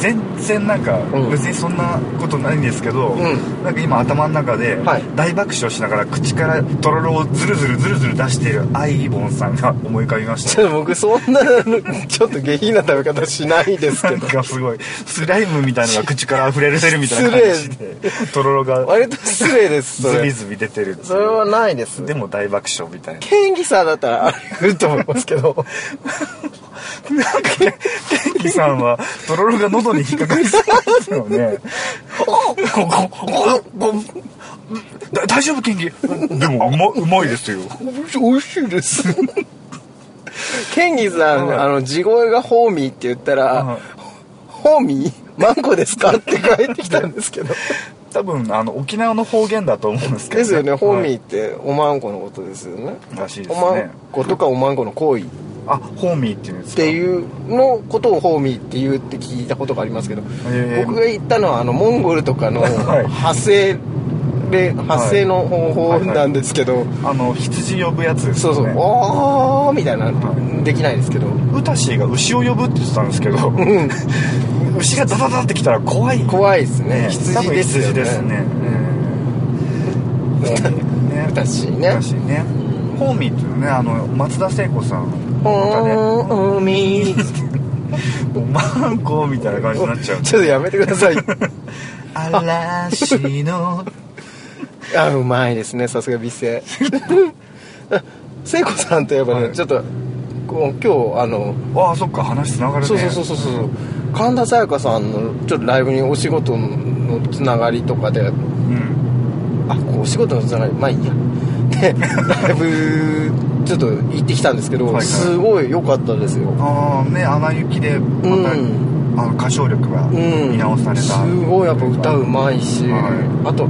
[SPEAKER 2] 全然なんか
[SPEAKER 1] うん
[SPEAKER 2] 別にそんなことないんですけど、
[SPEAKER 1] うん
[SPEAKER 2] なんか今頭の中で
[SPEAKER 1] はい
[SPEAKER 2] 大爆笑しながら口からとろろをズルズルズルズル出しているアイボンさんが思い浮かびまし
[SPEAKER 1] ち
[SPEAKER 2] た
[SPEAKER 1] ょっと僕そんなのちょっと下品な食べ方しないです
[SPEAKER 2] な
[SPEAKER 1] け
[SPEAKER 2] ん
[SPEAKER 1] ど
[SPEAKER 2] かすごいスライムみたいのが口から溢れてるみたいな感じでとろろが
[SPEAKER 1] 割と失礼ですそ
[SPEAKER 2] ズビ
[SPEAKER 1] れ
[SPEAKER 2] ズビ出てるっていう
[SPEAKER 1] それはないです
[SPEAKER 2] でも大爆笑みたいな
[SPEAKER 1] ケンギさんだったらあれると思いますけど
[SPEAKER 2] なんかケンキさんはとろろが喉に引っかかりそうですよねだ大丈夫ケンキでもうまうまいですよ
[SPEAKER 1] 美味しいですケンギさん、
[SPEAKER 2] はい
[SPEAKER 1] あの地声がホーミーって言ったら、
[SPEAKER 2] はい
[SPEAKER 1] ホーミーマンコですかって返ってきたんですけ ど
[SPEAKER 2] 多分あの沖縄の方言だと思うんですけど、
[SPEAKER 1] ですよね、ホーミ
[SPEAKER 2] はい
[SPEAKER 1] ーっておまんこのことですよね
[SPEAKER 2] らしいで
[SPEAKER 1] お
[SPEAKER 2] す
[SPEAKER 1] ま
[SPEAKER 2] ね
[SPEAKER 1] んことかおまんこの行為っ
[SPEAKER 2] あホーミーっていうんですか
[SPEAKER 1] ていうのことをホーミーって言うって聞いたことがありますけど、
[SPEAKER 2] えー
[SPEAKER 1] 僕が言ったのはあのモンゴルとかの
[SPEAKER 2] はい
[SPEAKER 1] 派生で発声の方法なんですけど、
[SPEAKER 2] あの羊呼ぶやつです
[SPEAKER 1] そ
[SPEAKER 2] よ
[SPEAKER 1] う
[SPEAKER 2] ね
[SPEAKER 1] そう「おー」みたいな
[SPEAKER 2] は
[SPEAKER 1] できないですけど
[SPEAKER 2] ウタシーが牛を呼ぶって言ってたんですけど、
[SPEAKER 1] ん
[SPEAKER 2] 牛がダダダってきたら怖い
[SPEAKER 1] 怖いですね
[SPEAKER 2] 多
[SPEAKER 1] 羊
[SPEAKER 2] 分
[SPEAKER 1] ですよね
[SPEAKER 2] 羊ですねね
[SPEAKER 1] ウタシーね
[SPEAKER 2] ウタシーねホーミーっていうのねあの松田聖子さんがね
[SPEAKER 1] ホーミー
[SPEAKER 2] おまんこみたいな感じになっちゃう
[SPEAKER 1] ちょっとやめてください
[SPEAKER 2] 嵐の
[SPEAKER 1] あうまいですねさすが美声 聖子さんといえばね、
[SPEAKER 2] はい
[SPEAKER 1] ちょっとこう今日あの
[SPEAKER 2] ああそっか話つながるね
[SPEAKER 1] そうそうそうそうそう神田沙也加さんのちょっとライブにお仕事のつながりとかであ
[SPEAKER 2] うん
[SPEAKER 1] お仕事のつながりまあいいやでライブちょっと行ってきたんですけど、
[SPEAKER 2] はいはい
[SPEAKER 1] すごい良かったですよ
[SPEAKER 2] ああね穴行きでまた、
[SPEAKER 1] うん
[SPEAKER 2] あの歌唱力が
[SPEAKER 1] うん
[SPEAKER 2] 見直された、
[SPEAKER 1] すごいやっぱ歌うまいし、
[SPEAKER 2] は
[SPEAKER 1] あと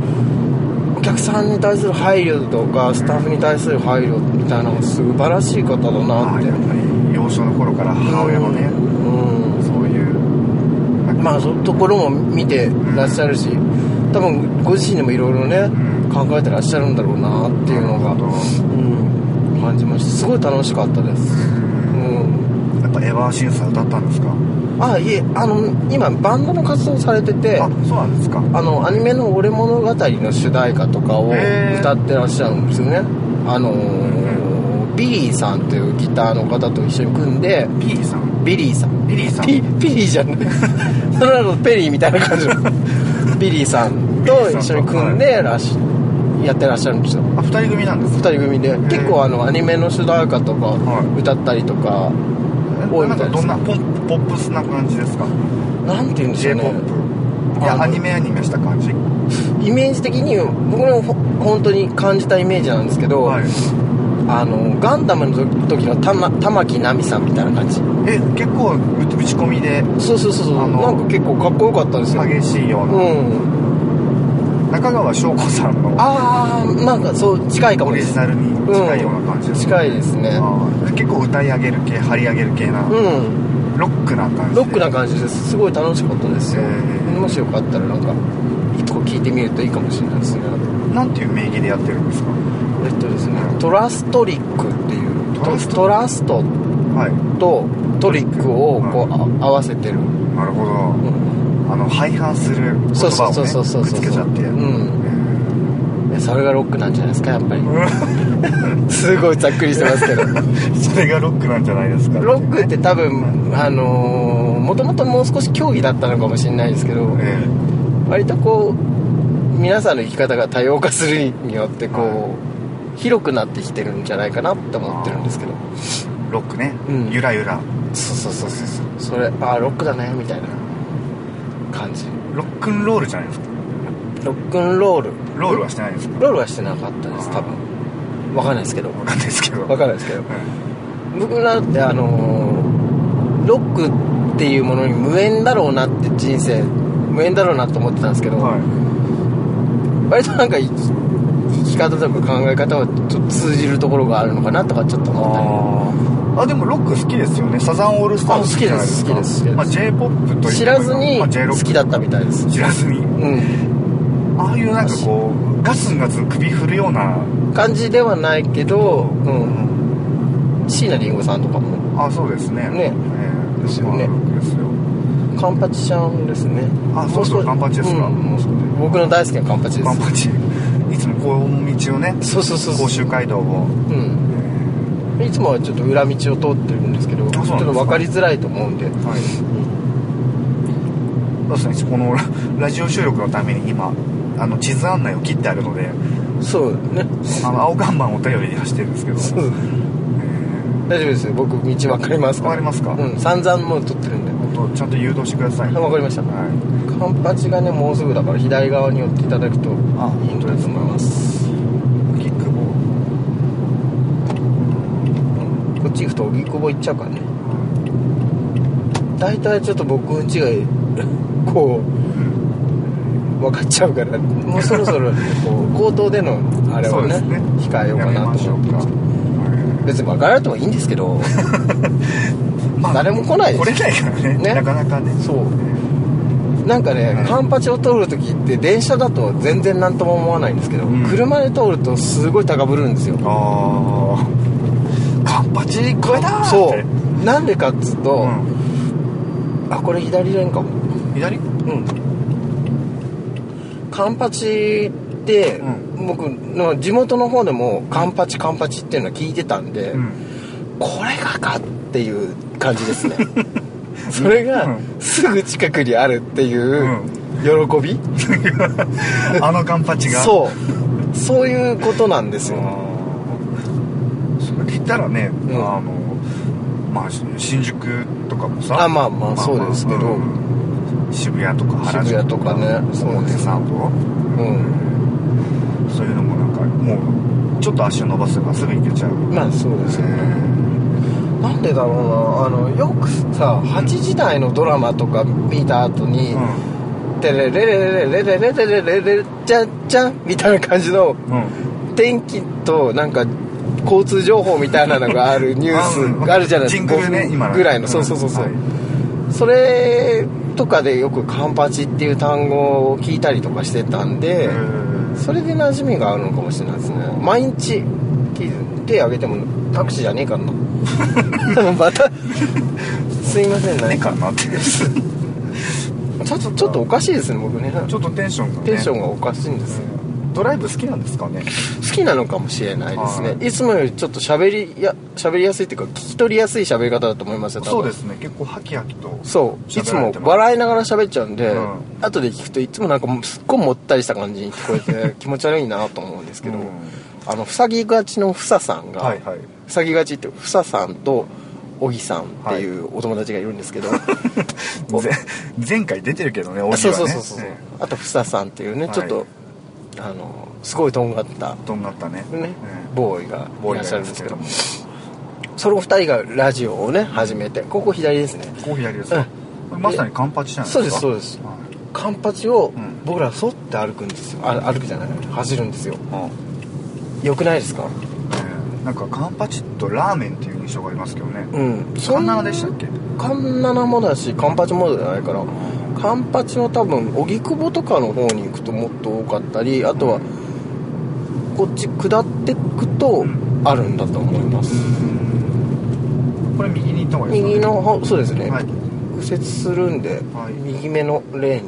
[SPEAKER 1] お客さんに対する配慮とかスタッフに対する配慮みたいなのが素晴らしい方だ
[SPEAKER 2] あ
[SPEAKER 1] なっ
[SPEAKER 2] あ
[SPEAKER 1] て
[SPEAKER 2] やっぱり幼少の頃から母親のね、
[SPEAKER 1] うん
[SPEAKER 2] そういう
[SPEAKER 1] まあ、そところも見てらっしゃるし、多分ご自身でもいろいろね、
[SPEAKER 2] ん
[SPEAKER 1] 考えてらっしゃるんだろうなっていうのが、
[SPEAKER 2] なるほ
[SPEAKER 1] うん、感じましたすごい楽しかったです、うん、
[SPEAKER 2] やっぱエヴァー審査歌ったんですか
[SPEAKER 1] あいえあの今バンドの活動されてて
[SPEAKER 2] あそうなんですか
[SPEAKER 1] あのアニメの「俺物語」の主題歌とかを
[SPEAKER 2] へー
[SPEAKER 1] 歌ってらっしゃるんですよねあのービリーさんというギターの方と一緒に組んで
[SPEAKER 2] ピーさん
[SPEAKER 1] ビリーさん
[SPEAKER 2] ビリーさん
[SPEAKER 1] ピピリー じゃないそれなのペリーみたいな感じのビリーさんと一緒に組んでらしやってらっしゃるんですよ
[SPEAKER 2] あ二人組なんです
[SPEAKER 1] 二
[SPEAKER 2] か
[SPEAKER 1] 人組で結構あのアニメの主題歌とか
[SPEAKER 2] い
[SPEAKER 1] 歌ったりとか多い
[SPEAKER 2] な
[SPEAKER 1] みた
[SPEAKER 2] んか
[SPEAKER 1] いで
[SPEAKER 2] ど
[SPEAKER 1] す
[SPEAKER 2] んなポップポップスな感じですか
[SPEAKER 1] なんて言うんでしょ
[SPEAKER 2] j
[SPEAKER 1] う
[SPEAKER 2] p
[SPEAKER 1] ね
[SPEAKER 2] o p い
[SPEAKER 1] あ
[SPEAKER 2] や
[SPEAKER 1] の
[SPEAKER 2] アニメアニメした感じ
[SPEAKER 1] イメージ的に僕のほ本当に感じたイメージなんですけど、
[SPEAKER 2] はい
[SPEAKER 1] あのガンダムの時の玉玉木奈美さんみたいな感じ
[SPEAKER 2] え結構打打ち込みで
[SPEAKER 1] そうそうそうそう
[SPEAKER 2] あの
[SPEAKER 1] なんか結構かっこよかったですよ
[SPEAKER 2] 激しいよう
[SPEAKER 1] う
[SPEAKER 2] な、
[SPEAKER 1] ん
[SPEAKER 2] 中川翔子さんの
[SPEAKER 1] ああなんかそう近いか
[SPEAKER 2] オ
[SPEAKER 1] も
[SPEAKER 2] リ
[SPEAKER 1] で
[SPEAKER 2] ジ
[SPEAKER 1] す
[SPEAKER 2] ナルに近いような感じです、
[SPEAKER 1] 近いですね
[SPEAKER 2] あー結構歌い上げる系張り上げる系な、
[SPEAKER 1] うん
[SPEAKER 2] ロックな感じ
[SPEAKER 1] ロックな感じですすごい楽しかったですよ
[SPEAKER 2] へー
[SPEAKER 1] もしよかったらなんか一個聞いてみるといいかもしれないですね
[SPEAKER 2] じなんていう名義でやってるんですか
[SPEAKER 1] えっとですねトラストリックっていう
[SPEAKER 2] トラスト
[SPEAKER 1] トラスト
[SPEAKER 2] はい
[SPEAKER 1] とトリックをこうあ合わせてる、
[SPEAKER 2] なるほど
[SPEAKER 1] うん
[SPEAKER 2] あの廃反する言
[SPEAKER 1] そう
[SPEAKER 2] 葉
[SPEAKER 1] そ
[SPEAKER 2] を、
[SPEAKER 1] う
[SPEAKER 2] ね、
[SPEAKER 1] そうそうそうそう
[SPEAKER 2] くっつけちゃって、
[SPEAKER 1] うんいやそれがロックなんじゃないですかやっぱり
[SPEAKER 2] うん
[SPEAKER 1] すごいざっくりしてますけど
[SPEAKER 2] それがロックなんじゃないですか
[SPEAKER 1] ロックって多分あのもともともう少し競技だったのかもしれないですけど
[SPEAKER 2] え
[SPEAKER 1] 割とこう皆さんの生き方が多様化するによってこう、
[SPEAKER 2] は
[SPEAKER 1] 広くなってきてるんじゃないかなって思ってるんですけど
[SPEAKER 2] えロックね、
[SPEAKER 1] うん
[SPEAKER 2] ゆらゆら
[SPEAKER 1] そうそうそうそうそれああロックだねみたいな感じ
[SPEAKER 2] ロックンロールじゃないですか
[SPEAKER 1] ロックンロール
[SPEAKER 2] ロールはしてないですか
[SPEAKER 1] ロールはしてなかったです多分わかんないですけど
[SPEAKER 2] わかんないですけど
[SPEAKER 1] わかんないですけど
[SPEAKER 2] うん
[SPEAKER 1] 僕なんてあのーロックっていうものに無縁だろうなって人生無縁だろうなと思ってたんですけど、
[SPEAKER 2] は
[SPEAKER 1] 割となんかい生き方とか考え方はちょっと通じるところがあるのかなとかちょっと思ったり
[SPEAKER 2] いあでもロック好きですよねサザンオールスターズ好きじゃないですか
[SPEAKER 1] あ好きです好きです
[SPEAKER 2] まあ、J−POP という
[SPEAKER 1] 知らずに
[SPEAKER 2] まあ、J ロ
[SPEAKER 1] 好
[SPEAKER 2] ッ
[SPEAKER 1] きだったみたいです
[SPEAKER 2] ク知らずに
[SPEAKER 1] うん
[SPEAKER 2] ああいうなんかこうガツンガツン首振るような
[SPEAKER 1] 感じではないけど、うん、椎名林檎さんとかも
[SPEAKER 2] あそうですね
[SPEAKER 1] ね
[SPEAKER 2] え
[SPEAKER 1] ですよね
[SPEAKER 2] ロックですよ
[SPEAKER 1] カンパチちゃんですね
[SPEAKER 2] あそうそ
[SPEAKER 1] も少
[SPEAKER 2] う
[SPEAKER 1] し
[SPEAKER 2] カンパチですか
[SPEAKER 1] うん
[SPEAKER 2] もうそれで
[SPEAKER 1] 僕の大好きなカンパチです
[SPEAKER 2] バンパチいつもこの道をね
[SPEAKER 1] そうそうそうそう
[SPEAKER 2] 甲州街道を
[SPEAKER 1] うんいつもはちょっと裏道を通ってるんですけどちょ
[SPEAKER 2] あ
[SPEAKER 1] っ
[SPEAKER 2] そうなんですか
[SPEAKER 1] と分かりづらいと思うんで
[SPEAKER 2] はいそうですねこのララジオ収録のために今あの地図案内を切ってあるので
[SPEAKER 1] そうね
[SPEAKER 2] あの青看板を頼りに走ってるんですけど
[SPEAKER 1] そう大丈夫ですよ僕道分かりますか
[SPEAKER 2] わかりますから
[SPEAKER 1] うん散々もう撮ってるんで
[SPEAKER 2] 本当ちゃんと誘導してください
[SPEAKER 1] あわかりました
[SPEAKER 2] はい、
[SPEAKER 1] カンパチがねもうすぐだから左側に寄っていただくといい
[SPEAKER 2] あ
[SPEAKER 1] んだと思います
[SPEAKER 2] キックボー
[SPEAKER 1] こっち行くと荻窪行っちゃうからね
[SPEAKER 2] ル
[SPEAKER 1] 大体ちょっと僕んちが こう分かっちゃう からもうそろそろこう口頭でのあれをね
[SPEAKER 2] そうですね
[SPEAKER 1] 控えようか
[SPEAKER 2] やめ
[SPEAKER 1] な
[SPEAKER 2] ま
[SPEAKER 1] と
[SPEAKER 2] しょ
[SPEAKER 1] 思っ
[SPEAKER 2] う
[SPEAKER 1] て
[SPEAKER 2] か、は
[SPEAKER 1] 別に分かられてもいいんですけ ど
[SPEAKER 2] まあ
[SPEAKER 1] 誰も来ない
[SPEAKER 2] い、
[SPEAKER 1] で
[SPEAKER 2] 来
[SPEAKER 1] す
[SPEAKER 2] れないからね
[SPEAKER 1] ね
[SPEAKER 2] なかなかね
[SPEAKER 1] そうなんかね、
[SPEAKER 2] はい
[SPEAKER 1] カンパチを通るときって電車だと全然何とも思わないんですけど、
[SPEAKER 2] うん
[SPEAKER 1] 車で通るとすごい高ぶるんですよ
[SPEAKER 2] ああカンパチ超えたーって
[SPEAKER 1] そうなんでかっつうと、
[SPEAKER 2] う
[SPEAKER 1] あこれ左レーンかも
[SPEAKER 2] ん、左
[SPEAKER 1] うんカンパチって、
[SPEAKER 2] う
[SPEAKER 1] 僕の地元の方でもカンパチカンパチっていうのは聞いてたんで、
[SPEAKER 2] ん、
[SPEAKER 1] これがかっていう感じですねそれが
[SPEAKER 2] うん
[SPEAKER 1] すぐ近くにあるっていう喜び、
[SPEAKER 2] あのカンパチがう
[SPEAKER 1] そうそういうことなんですよ
[SPEAKER 2] それで言ったらね、
[SPEAKER 1] ん
[SPEAKER 2] あのまあし新宿とかもさ
[SPEAKER 1] あまあまあそうですけど
[SPEAKER 2] ん渋谷とか原
[SPEAKER 1] 渋谷
[SPEAKER 2] 宿
[SPEAKER 1] とかねそうです
[SPEAKER 2] さんと
[SPEAKER 1] うん
[SPEAKER 2] そういうのもなんかもうちょっと足を伸ばせばすぐ行けちゃう
[SPEAKER 1] まあそうですよねなんでだろうなあのよくさ8時台のドラマとか見た後に
[SPEAKER 2] う
[SPEAKER 1] 「テレレレレレレレレレレレじゃんじゃん」みたいな感じの
[SPEAKER 2] ん、うん
[SPEAKER 1] 天気となんか交通情報みたいなのがあるニュースがあるじゃないです
[SPEAKER 2] ジン
[SPEAKER 1] か
[SPEAKER 2] グルね今
[SPEAKER 1] ぐらいのそうそうそうそう
[SPEAKER 2] はい
[SPEAKER 1] それとかでよくカンパチっていう単語を聞いたりとかしてたんで、それで馴染みがあるのかもしれないですね毎日聞い手挙げてもタクシーじゃねえかな またすいません
[SPEAKER 2] ね
[SPEAKER 1] ね
[SPEAKER 2] か なって
[SPEAKER 1] ちょっとちょっとおかしいですね僕ね
[SPEAKER 2] ちょっとテンションが、ね、
[SPEAKER 1] テンションがおかしいんです、
[SPEAKER 2] うんドライブ好きなんですかね
[SPEAKER 1] 好きなのかもしれないですね、、
[SPEAKER 2] はい
[SPEAKER 1] つもよりちょっと喋りや喋りやすいっていうか聞き取りやすい喋り方だと思いますよ多分
[SPEAKER 2] そうですね結構ハキハキと
[SPEAKER 1] そうい
[SPEAKER 2] 喋
[SPEAKER 1] つ
[SPEAKER 2] られ
[SPEAKER 1] も
[SPEAKER 2] てます
[SPEAKER 1] 笑いながら喋っちゃうんで、
[SPEAKER 2] うん
[SPEAKER 1] 後で聞くといつもなんかもうすっごいもったりした感じに聞こえ て気持ち悪いなと思うんですけど、
[SPEAKER 2] うん
[SPEAKER 1] あの塞ぎがちのふささんが、
[SPEAKER 2] はいはい
[SPEAKER 1] 塞ぎがちってふささんと小木さんっていうお友達がいるんですけど、お
[SPEAKER 2] ぜ前回出てるけどねお
[SPEAKER 1] あ
[SPEAKER 2] じ
[SPEAKER 1] そう
[SPEAKER 2] はね
[SPEAKER 1] そうそうそう、
[SPEAKER 2] ね
[SPEAKER 1] あとふささんっていうね
[SPEAKER 2] はい
[SPEAKER 1] ちょっと、あのすごいとんがった
[SPEAKER 2] とんがったね
[SPEAKER 1] ね、
[SPEAKER 2] うん
[SPEAKER 1] ボーイが
[SPEAKER 2] ボ
[SPEAKER 1] い
[SPEAKER 2] ー
[SPEAKER 1] ら
[SPEAKER 2] イ
[SPEAKER 1] っ
[SPEAKER 2] が
[SPEAKER 1] し
[SPEAKER 2] い
[SPEAKER 1] ゃ
[SPEAKER 2] る
[SPEAKER 1] る
[SPEAKER 2] ん
[SPEAKER 1] ん
[SPEAKER 2] で
[SPEAKER 1] ですすけ
[SPEAKER 2] けど
[SPEAKER 1] ど
[SPEAKER 2] も
[SPEAKER 1] その二人がラジオをね始めてここ左ですね
[SPEAKER 2] こう左ですねこれまさにカンパチじゃないですか
[SPEAKER 1] そうですそう
[SPEAKER 2] は
[SPEAKER 1] カンパチを
[SPEAKER 2] うん
[SPEAKER 1] 僕ら沿って歩くんですよあ歩くじゃない走るんですよ
[SPEAKER 2] いうん
[SPEAKER 1] よくないですか
[SPEAKER 2] えーなんかカンパチとラーメンっていう印象がありますけどね
[SPEAKER 1] うん
[SPEAKER 2] そんなのでしたっけ
[SPEAKER 1] カンナナもだしカンパチもじゃないからカンパチの多分荻窪とかの方に行くともっと多かったりあとはこっち下ってくと
[SPEAKER 2] うん
[SPEAKER 1] あるんだと思います
[SPEAKER 2] これ右に行った方がいいです
[SPEAKER 1] 右
[SPEAKER 2] か
[SPEAKER 1] の方そうですね、
[SPEAKER 2] はい
[SPEAKER 1] 右折するんで、
[SPEAKER 2] はい
[SPEAKER 1] 右目のレーンに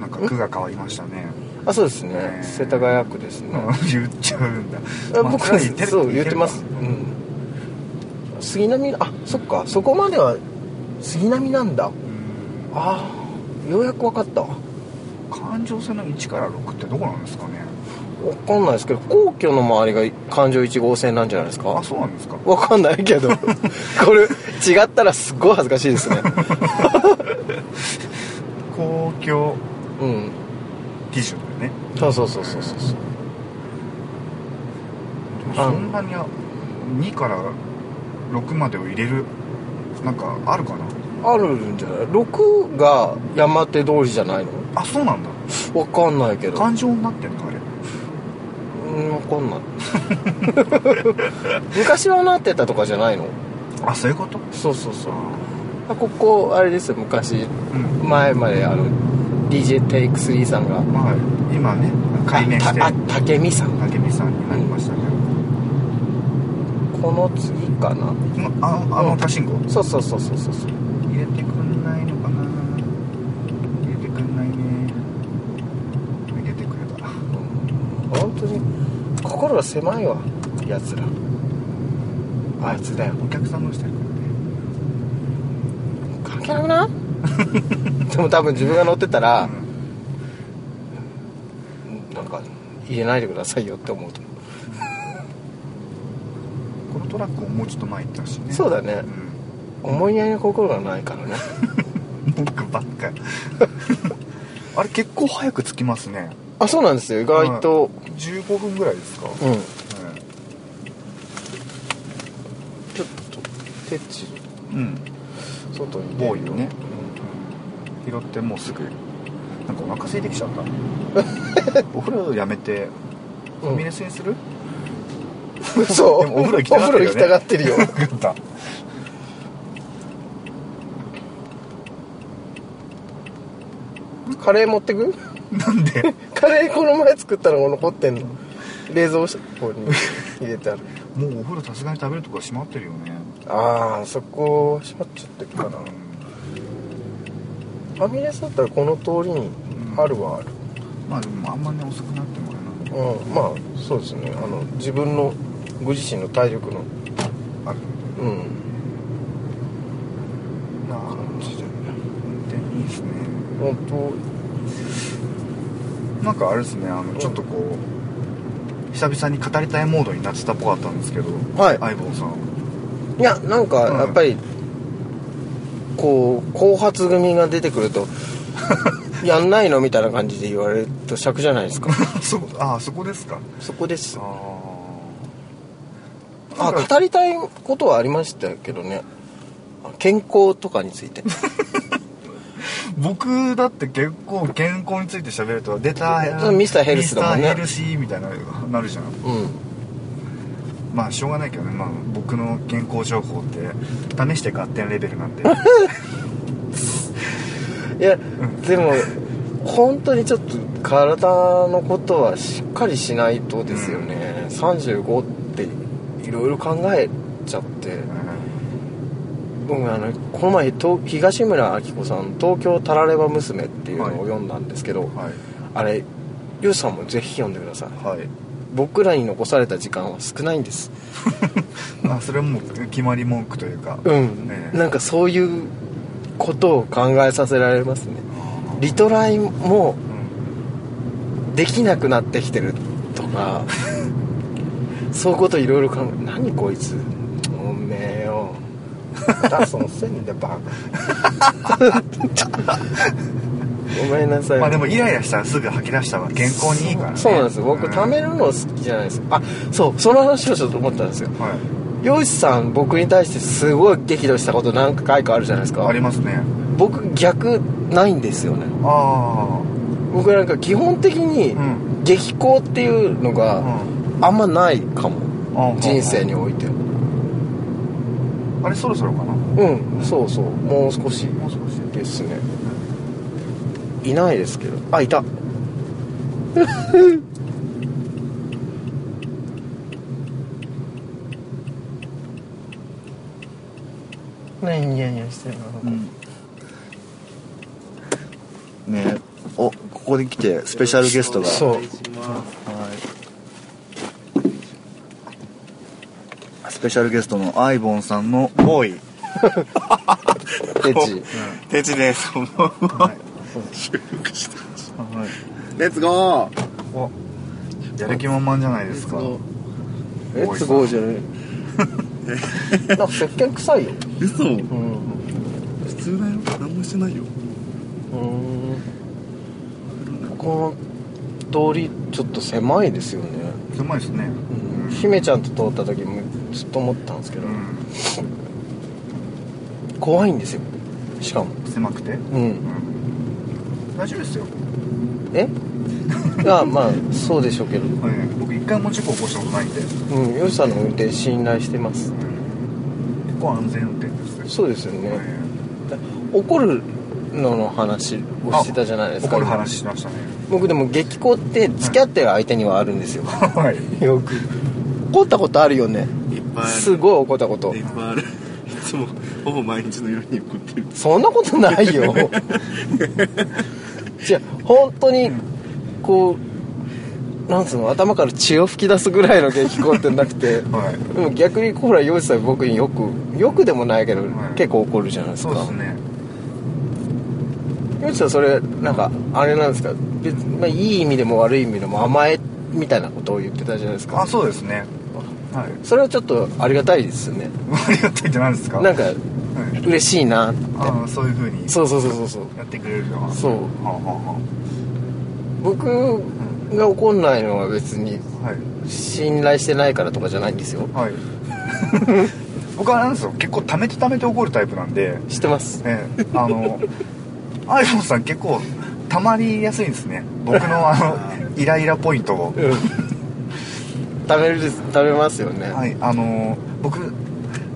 [SPEAKER 2] なんか区が変わりましたね
[SPEAKER 1] あそうですね、
[SPEAKER 2] ね
[SPEAKER 1] 世田谷区ですね、
[SPEAKER 2] 言っちゃうんだ
[SPEAKER 1] あ
[SPEAKER 2] まあ
[SPEAKER 1] 僕
[SPEAKER 2] こ
[SPEAKER 1] は
[SPEAKER 2] れは言ってる
[SPEAKER 1] そう言ってま
[SPEAKER 2] る
[SPEAKER 1] す、
[SPEAKER 2] か
[SPEAKER 1] うん、杉並あそっかそこまでは杉並なんだ
[SPEAKER 2] うん
[SPEAKER 1] ああようやく分かったわ
[SPEAKER 2] 環状線の1から6ってどこなんですかね
[SPEAKER 1] かんないですけど皇居の周りが環状1号線なんじゃないです
[SPEAKER 2] あ
[SPEAKER 1] か
[SPEAKER 2] そうなんですか
[SPEAKER 1] 分かんないけどこれ違ったらすっごい恥ずかしいですね
[SPEAKER 2] 公共
[SPEAKER 1] うん
[SPEAKER 2] 基準だよね
[SPEAKER 1] そうそうそうそうそうそうあ
[SPEAKER 2] そんなにあ2から6までを入れるなんかあるかな
[SPEAKER 1] あるんじゃない6が山手通りじゃないの
[SPEAKER 2] あそうなんだ
[SPEAKER 1] 分かんないけど
[SPEAKER 2] 環状になってんのあれ
[SPEAKER 1] うん分かんない 昔はなってたとかじゃないの
[SPEAKER 2] あそういうこと
[SPEAKER 1] そうそうそう
[SPEAKER 2] う
[SPEAKER 1] あここあれですよ昔
[SPEAKER 2] ん
[SPEAKER 1] 前まであの DJ テイク3さんが
[SPEAKER 2] まあ今ね改名して
[SPEAKER 1] あたけみさん
[SPEAKER 2] 武美さんになりましたけど
[SPEAKER 1] この次かな
[SPEAKER 2] うんああの多信号
[SPEAKER 1] そうそうそうそうそうそう
[SPEAKER 2] 入れてくんないのかな入れてくんないね入れてくれた
[SPEAKER 1] 本当に心が狭いわやつらあいつだよ
[SPEAKER 2] お客さんのしてるから
[SPEAKER 1] 関係
[SPEAKER 2] ね
[SPEAKER 1] なくない でも多分自分が乗ってたら、なんか入れないでくださいよって思うと思
[SPEAKER 2] うんこのトラックをもうちょっと前行ったし
[SPEAKER 1] う、
[SPEAKER 2] ね
[SPEAKER 1] そう
[SPEAKER 2] だ
[SPEAKER 1] だね思いやりの心がないからね
[SPEAKER 2] 僕ばっか りあれ結構早く着きますね
[SPEAKER 1] あそうなんですよ意外と、
[SPEAKER 2] 15分ぐらいですか、
[SPEAKER 1] うん
[SPEAKER 2] う
[SPEAKER 1] ちょっと手ち
[SPEAKER 2] んうん
[SPEAKER 1] 外に
[SPEAKER 2] ボーイをね、拾ってもうすぐなんかお腹空いてきちゃった お風呂やめてファミレスにする、
[SPEAKER 1] そう
[SPEAKER 2] でもお風呂行きたがってるよね
[SPEAKER 1] てるよ
[SPEAKER 2] 分かった
[SPEAKER 1] カレー持ってく
[SPEAKER 2] なんで
[SPEAKER 1] カレーこの前作ったのが残ってんの冷蔵庫に入れてある
[SPEAKER 2] もうお風呂さすがに食べるとこは閉まってるよね
[SPEAKER 1] ああそこ閉まっちゃってるかなファミレスだったらこの通りにあるはある
[SPEAKER 2] まあでもあんまね遅くなってもあれなんで
[SPEAKER 1] うんまあそうですねあの自分のご自身の体力の
[SPEAKER 2] ある
[SPEAKER 1] うん
[SPEAKER 2] な感じで運転いいですね
[SPEAKER 1] 本当
[SPEAKER 2] なんかあれですねあのちょっとこう久々に語りたいモードになってたっぽかったんですけど
[SPEAKER 1] はい
[SPEAKER 2] 相棒さん
[SPEAKER 1] いやなんかやっぱり、こう後発組が出てくる とやんないのみたいな感じで言われると尺じゃないですか
[SPEAKER 2] そあそこですか
[SPEAKER 1] そこです
[SPEAKER 2] あ
[SPEAKER 1] あ語りたいことはありましたけどねあ健康とかについ て
[SPEAKER 2] 僕だって結構健康について喋ると出た
[SPEAKER 1] そうミスターヘルスだもんね
[SPEAKER 2] ミスターヘルシーみたいなのなるじゃん
[SPEAKER 1] うん
[SPEAKER 2] まあしょうがないけどね、まあ、 僕の健康情報って試して合点レベルなんで
[SPEAKER 1] いや
[SPEAKER 2] ん
[SPEAKER 1] でも本当にちょっと体のことはしっかりしないとですよね、35っていろいろ考えちゃって僕あのこの前東東村明子さん「東京タラレバ娘」っていうのを
[SPEAKER 2] はい
[SPEAKER 1] 読んだんですけど、
[SPEAKER 2] はい
[SPEAKER 1] あれゆうさんもぜひ読んでください
[SPEAKER 2] はい
[SPEAKER 1] 僕らに残された時間は少ないんです
[SPEAKER 2] まあそれはもう決まり文句というか、
[SPEAKER 1] うん、
[SPEAKER 2] ね
[SPEAKER 1] なんかそういうことを考えさせられますねリトライも
[SPEAKER 2] うん
[SPEAKER 1] できなくなってきてるとかそういうこといろいろ考え何こいつおめえよだそのせいでバカごめんなさい
[SPEAKER 2] まあでもイライラしたらすぐ吐き出したは健康にいいからね
[SPEAKER 1] そうなんです僕貯め
[SPEAKER 2] る
[SPEAKER 1] るの好きじゃないですあそうその話をちょっと思ったんですよ
[SPEAKER 2] はい
[SPEAKER 1] 漁師さん僕に対してすごい激怒したこと何回かあるじゃないですか
[SPEAKER 2] ありますね
[SPEAKER 1] 僕逆ないんですよね
[SPEAKER 2] あ
[SPEAKER 1] 僕なんか基本的
[SPEAKER 2] あ
[SPEAKER 1] に
[SPEAKER 2] ん、
[SPEAKER 1] 激高っていうのがあんまないかも
[SPEAKER 2] うん
[SPEAKER 1] 人生において
[SPEAKER 2] あれそろそろかなも
[SPEAKER 1] うんそうそうもう少し
[SPEAKER 2] う少し
[SPEAKER 1] ですねいないですけどあいた 何ニヤニヤしてるの
[SPEAKER 3] ねおここに来てスペシャルゲストが
[SPEAKER 1] そう
[SPEAKER 3] スペシャルゲストのアイボンさんのボーイ
[SPEAKER 1] レジ
[SPEAKER 3] てちですこんばんは収録してます
[SPEAKER 2] はい
[SPEAKER 3] レッツゴー
[SPEAKER 2] おやる気満々じゃないですか
[SPEAKER 1] レッツゴーじゃない なんか石鹸臭いよ
[SPEAKER 3] 嘘
[SPEAKER 1] うん
[SPEAKER 3] 普通だよ何もしてないよ
[SPEAKER 1] この通りちょっと狭いですよね、
[SPEAKER 2] うまいですね
[SPEAKER 1] うん、姫ちゃんと通った時もずっと思ったんですけど、
[SPEAKER 2] う
[SPEAKER 1] 怖いんですよしかも
[SPEAKER 2] ん狭くて
[SPEAKER 1] うん
[SPEAKER 2] 大丈夫ですよ
[SPEAKER 1] えあまあそうでしょうけど
[SPEAKER 2] はい僕一回も事故起こしたことないんで
[SPEAKER 1] うんヨシさんの運転信頼してます
[SPEAKER 2] 結構安全運転ですよ
[SPEAKER 1] そうですよね、
[SPEAKER 2] はい
[SPEAKER 1] 怒るのの話をしてたじゃないですか
[SPEAKER 2] 怒る話しましたね
[SPEAKER 1] 僕でも激高って付き合ってる相手に はあるんですよ
[SPEAKER 2] はい
[SPEAKER 1] よく怒ったことあるよね
[SPEAKER 3] いっぱいある
[SPEAKER 1] すごい怒ったこと
[SPEAKER 3] いっぱいあるいつもほぼ毎日のように怒ってる
[SPEAKER 1] そんなことない よじゃあ本当にこうなんつうの頭から血を吹き出すぐらいの激高ってなく て
[SPEAKER 2] はい
[SPEAKER 1] でも逆にコーラ用意さん僕によくよくでもないけど、
[SPEAKER 2] はい
[SPEAKER 1] 結構怒るじゃないです
[SPEAKER 2] そうで
[SPEAKER 1] か
[SPEAKER 2] すね
[SPEAKER 1] 用意さんそれなんかあれなんですか別、まあ、いい意味でも悪い意味でも甘えみたいなことを言ってたじゃないですか
[SPEAKER 2] あそうですねはい
[SPEAKER 1] それはちょっとありがたいですよね
[SPEAKER 2] ありがたいって何ですか
[SPEAKER 1] なん
[SPEAKER 2] か
[SPEAKER 1] か嬉しいな
[SPEAKER 2] ああそういう風に
[SPEAKER 1] そうそうそうそうそう
[SPEAKER 2] やってくれるのは
[SPEAKER 1] そう
[SPEAKER 2] はあは
[SPEAKER 1] 僕が怒んないのは別に
[SPEAKER 2] あはあはい
[SPEAKER 1] 信頼してないからとかじゃないんですよ
[SPEAKER 2] はい 僕はなんですよ結構溜めて溜めて怒るタイプなんで
[SPEAKER 1] 知ってます
[SPEAKER 2] ねあの iPhone さん結構溜まりやすいんですね僕のあのイライラポイントを
[SPEAKER 1] うん食べるです食べますよね、
[SPEAKER 2] はいあの僕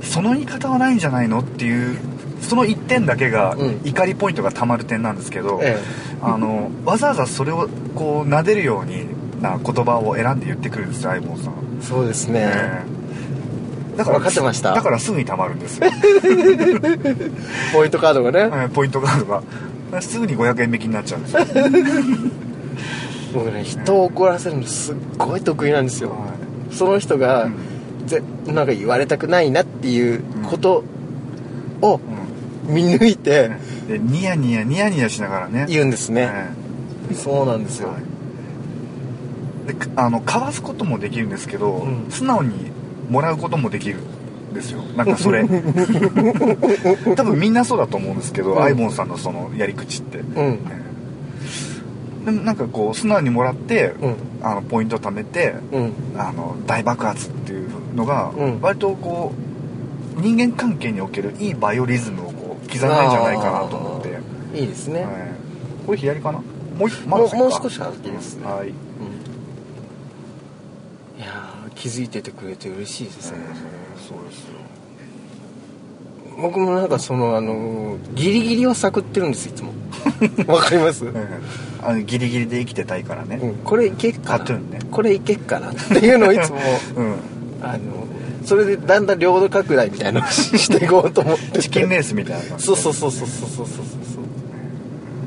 [SPEAKER 2] その言い方はないんじゃないのっていうその一点だけが
[SPEAKER 1] うん
[SPEAKER 2] 怒りポイントが溜まる点なんですけど、
[SPEAKER 1] え
[SPEAKER 2] あのわざわざそれをこう撫でるようにな言葉を選んで言ってくるんですよ iPhone さ
[SPEAKER 1] え
[SPEAKER 2] ん
[SPEAKER 1] そうですね、
[SPEAKER 2] ええだ
[SPEAKER 1] わかってました
[SPEAKER 2] だからすぐに溜まるんですよ、
[SPEAKER 1] ポイントカードがね、
[SPEAKER 2] ええポイントカードがだからすぐに500円引きになっちゃうんですよ、はい
[SPEAKER 1] 僕ね人を怒らせるのすっごい得意なんですよ、その人が、
[SPEAKER 2] うん
[SPEAKER 1] ぜなんか言われたくないなっていうことを見抜いて
[SPEAKER 2] うん、でニヤニヤニヤニヤしながらね
[SPEAKER 1] 言うんですね、
[SPEAKER 2] え
[SPEAKER 1] そうなんです
[SPEAKER 2] え
[SPEAKER 1] よ、
[SPEAKER 2] はいでかあのかわすこともできるんですけど、
[SPEAKER 1] うん
[SPEAKER 2] 素直にもらうこともできるんですよなんか それ多分みんなそうだと思うんですけど、
[SPEAKER 1] うん
[SPEAKER 2] アイボンさんのそのやり口って、
[SPEAKER 1] うん
[SPEAKER 2] ええでもなんかこう素直にもらって、
[SPEAKER 1] うん
[SPEAKER 2] あのポイント貯めて
[SPEAKER 1] うん
[SPEAKER 2] あの大爆発っていうのが、
[SPEAKER 1] うん
[SPEAKER 2] 割とこう人間関係におけるいいバイオリズムをこう刻んだんじゃないかなと思って、
[SPEAKER 1] いいですね、
[SPEAKER 2] はいこれ左かなもう一
[SPEAKER 1] もうもう
[SPEAKER 2] 先
[SPEAKER 1] 少
[SPEAKER 2] か
[SPEAKER 1] し歩きですね
[SPEAKER 2] はい
[SPEAKER 1] いやー気づいててくれて嬉しいですね、
[SPEAKER 2] そうですよ
[SPEAKER 1] 僕もなんかそのあのギリギリを探ってるんですいつも わかります、
[SPEAKER 2] うんあのギリギリで生きてたいから
[SPEAKER 1] う
[SPEAKER 2] ね
[SPEAKER 1] ん、これいけっか
[SPEAKER 2] カ
[SPEAKER 1] な、
[SPEAKER 2] トゥーンね
[SPEAKER 1] これいけっかなっていうのをい つも
[SPEAKER 2] うん
[SPEAKER 1] あのそれでだんだん領土拡大みたいなのをしていこうと思ってて
[SPEAKER 2] チキンレースみたいな感じ
[SPEAKER 1] そうそうそうそうそうそうそうそう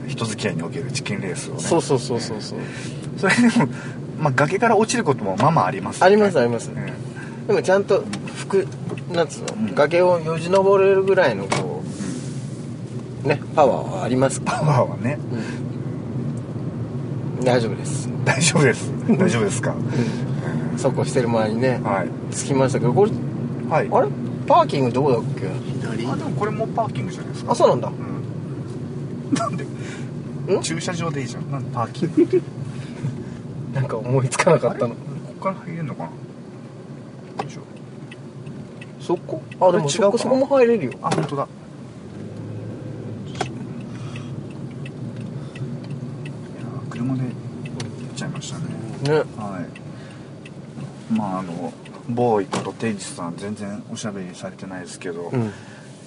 [SPEAKER 2] 人付き合いにおけるチキンレースをね
[SPEAKER 1] そうそうそうそうそう
[SPEAKER 2] それでも、まあ、崖から落ちることもまあまああります
[SPEAKER 1] ありますあります
[SPEAKER 2] うん
[SPEAKER 1] でもちゃんと服なんつうの、
[SPEAKER 2] ん
[SPEAKER 1] 崖をよじ登れるぐらいのこうねパワーはありますか
[SPEAKER 2] パ
[SPEAKER 1] ら、
[SPEAKER 2] ワーはね
[SPEAKER 1] うん大丈夫です、
[SPEAKER 2] 大丈夫です大丈夫ですか、
[SPEAKER 1] そうこうしてる間にね
[SPEAKER 2] はい
[SPEAKER 1] 着きましたけどこれ
[SPEAKER 2] はい
[SPEAKER 1] あれパーキングどこだっけ左
[SPEAKER 2] あでもこれもパーキングじゃないですか
[SPEAKER 1] あそうなんだ
[SPEAKER 2] うんなんで
[SPEAKER 1] ん
[SPEAKER 2] 駐車場でいいじゃんなんでパーキング
[SPEAKER 1] なんか思いつかなかったの
[SPEAKER 2] こっから入れるのかなよいしょ
[SPEAKER 1] そこあでも
[SPEAKER 2] これ違う
[SPEAKER 1] そ
[SPEAKER 2] か
[SPEAKER 1] こ
[SPEAKER 2] な
[SPEAKER 1] そこも入れるよ
[SPEAKER 2] あ本当だいやー車で行っちゃいましたね
[SPEAKER 1] ね
[SPEAKER 2] はいまああのボーイことテイジさん全然おしゃべりされてないですけど、
[SPEAKER 1] うん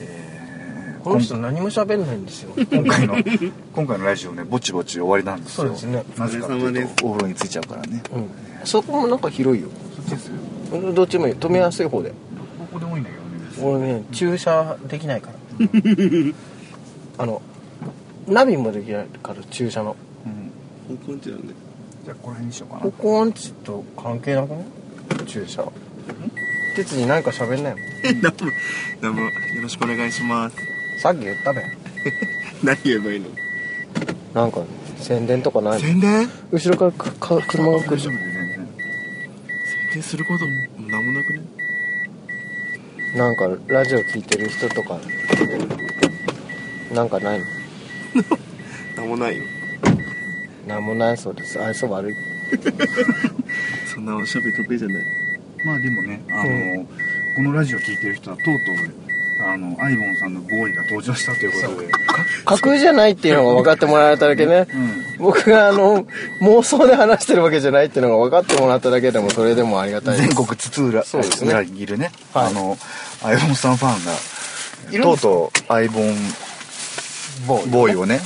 [SPEAKER 2] えー
[SPEAKER 1] この人何も喋んないんですよ
[SPEAKER 2] 今回の 今回のラジオねぼちぼち終わりなんですよ
[SPEAKER 1] そうですね
[SPEAKER 2] なぜかというと
[SPEAKER 3] お風呂についちゃうからね
[SPEAKER 1] うんそこもなんか広いよ
[SPEAKER 2] そっちですよ
[SPEAKER 1] どっちもいい止めやすい方で
[SPEAKER 2] どこでもいいんだけどね別に
[SPEAKER 1] 俺ね駐車できない からあのナビもできないから駐車の
[SPEAKER 2] うん
[SPEAKER 3] 香港地なんで
[SPEAKER 2] じゃあこの辺にしようか な
[SPEAKER 1] ここんちと関係なくね駐車哲に何か喋んないもん
[SPEAKER 3] どうもよろしくお願いします
[SPEAKER 1] さっき言ったべ
[SPEAKER 3] 何言えばいいの
[SPEAKER 1] なんか宣伝とかないの
[SPEAKER 3] 宣伝
[SPEAKER 1] 後ろからくか車が来る
[SPEAKER 2] 大丈夫で全然
[SPEAKER 3] 宣伝することもなんもなくね
[SPEAKER 1] なんかラジオ聞いてる人とかなんかないの
[SPEAKER 3] なんもないよ
[SPEAKER 1] なんもないそうです愛想悪い
[SPEAKER 3] そんなおしゃべり得意じゃない
[SPEAKER 2] まあでもねあの、このラジオ聞いてる人はとうとうあのアイボンさんのボーイが登場したということで
[SPEAKER 1] 架空じゃないっていうのが分かってもらえただけね僕があの妄想で話してるわけじゃないっていうのが分かってもらっただけでもそれでもありがたいです
[SPEAKER 2] 全国津々浦
[SPEAKER 1] そうですね
[SPEAKER 2] 裏にいるね、
[SPEAKER 1] はい
[SPEAKER 2] あのアイボンさんファンが
[SPEAKER 1] いるん
[SPEAKER 2] と
[SPEAKER 1] で
[SPEAKER 2] う
[SPEAKER 1] す
[SPEAKER 2] とうアイボン
[SPEAKER 1] ボーイ
[SPEAKER 2] ボーイをね、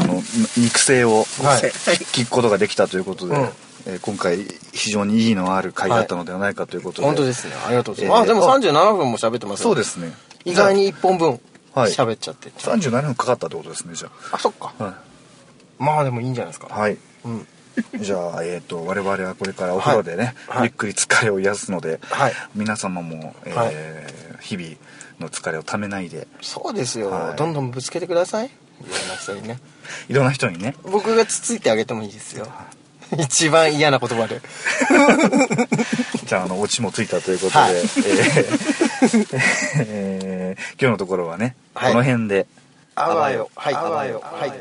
[SPEAKER 2] あの肉声を
[SPEAKER 1] はい
[SPEAKER 2] 聞くことができたということで、
[SPEAKER 1] うん
[SPEAKER 2] えー今回非常に意義のある回だったのではないかということで、
[SPEAKER 1] 本当ですすねありがとうございます、
[SPEAKER 2] えー
[SPEAKER 1] あでも37分も喋ってますよ
[SPEAKER 2] そうですね
[SPEAKER 1] 意外に1本分
[SPEAKER 2] はい
[SPEAKER 1] 喋っちゃって、
[SPEAKER 2] 37分かかったってことですねじゃ
[SPEAKER 1] あそっか
[SPEAKER 2] あは
[SPEAKER 1] まあでもいいんじゃないですか、
[SPEAKER 2] い、はい
[SPEAKER 1] うん
[SPEAKER 2] じゃあ、えっと我々はこれからお風呂でね、
[SPEAKER 1] はいはい
[SPEAKER 2] ゆっくり疲れを癒すので、
[SPEAKER 1] はい
[SPEAKER 2] 皆様も、えー
[SPEAKER 1] はい
[SPEAKER 2] 日々の疲れをためないで
[SPEAKER 1] そうですよ、
[SPEAKER 2] はい
[SPEAKER 1] どんどんぶつけてくださいいろんな人にね
[SPEAKER 2] いろんな人 にね
[SPEAKER 1] 僕がつついてあげてもいいですよ一番嫌な言葉で
[SPEAKER 2] じゃああのオチもついたということで、
[SPEAKER 1] はい
[SPEAKER 2] えーえー今日のところはね、
[SPEAKER 1] はい
[SPEAKER 2] この辺で。
[SPEAKER 1] あわよはいあわよはい、はい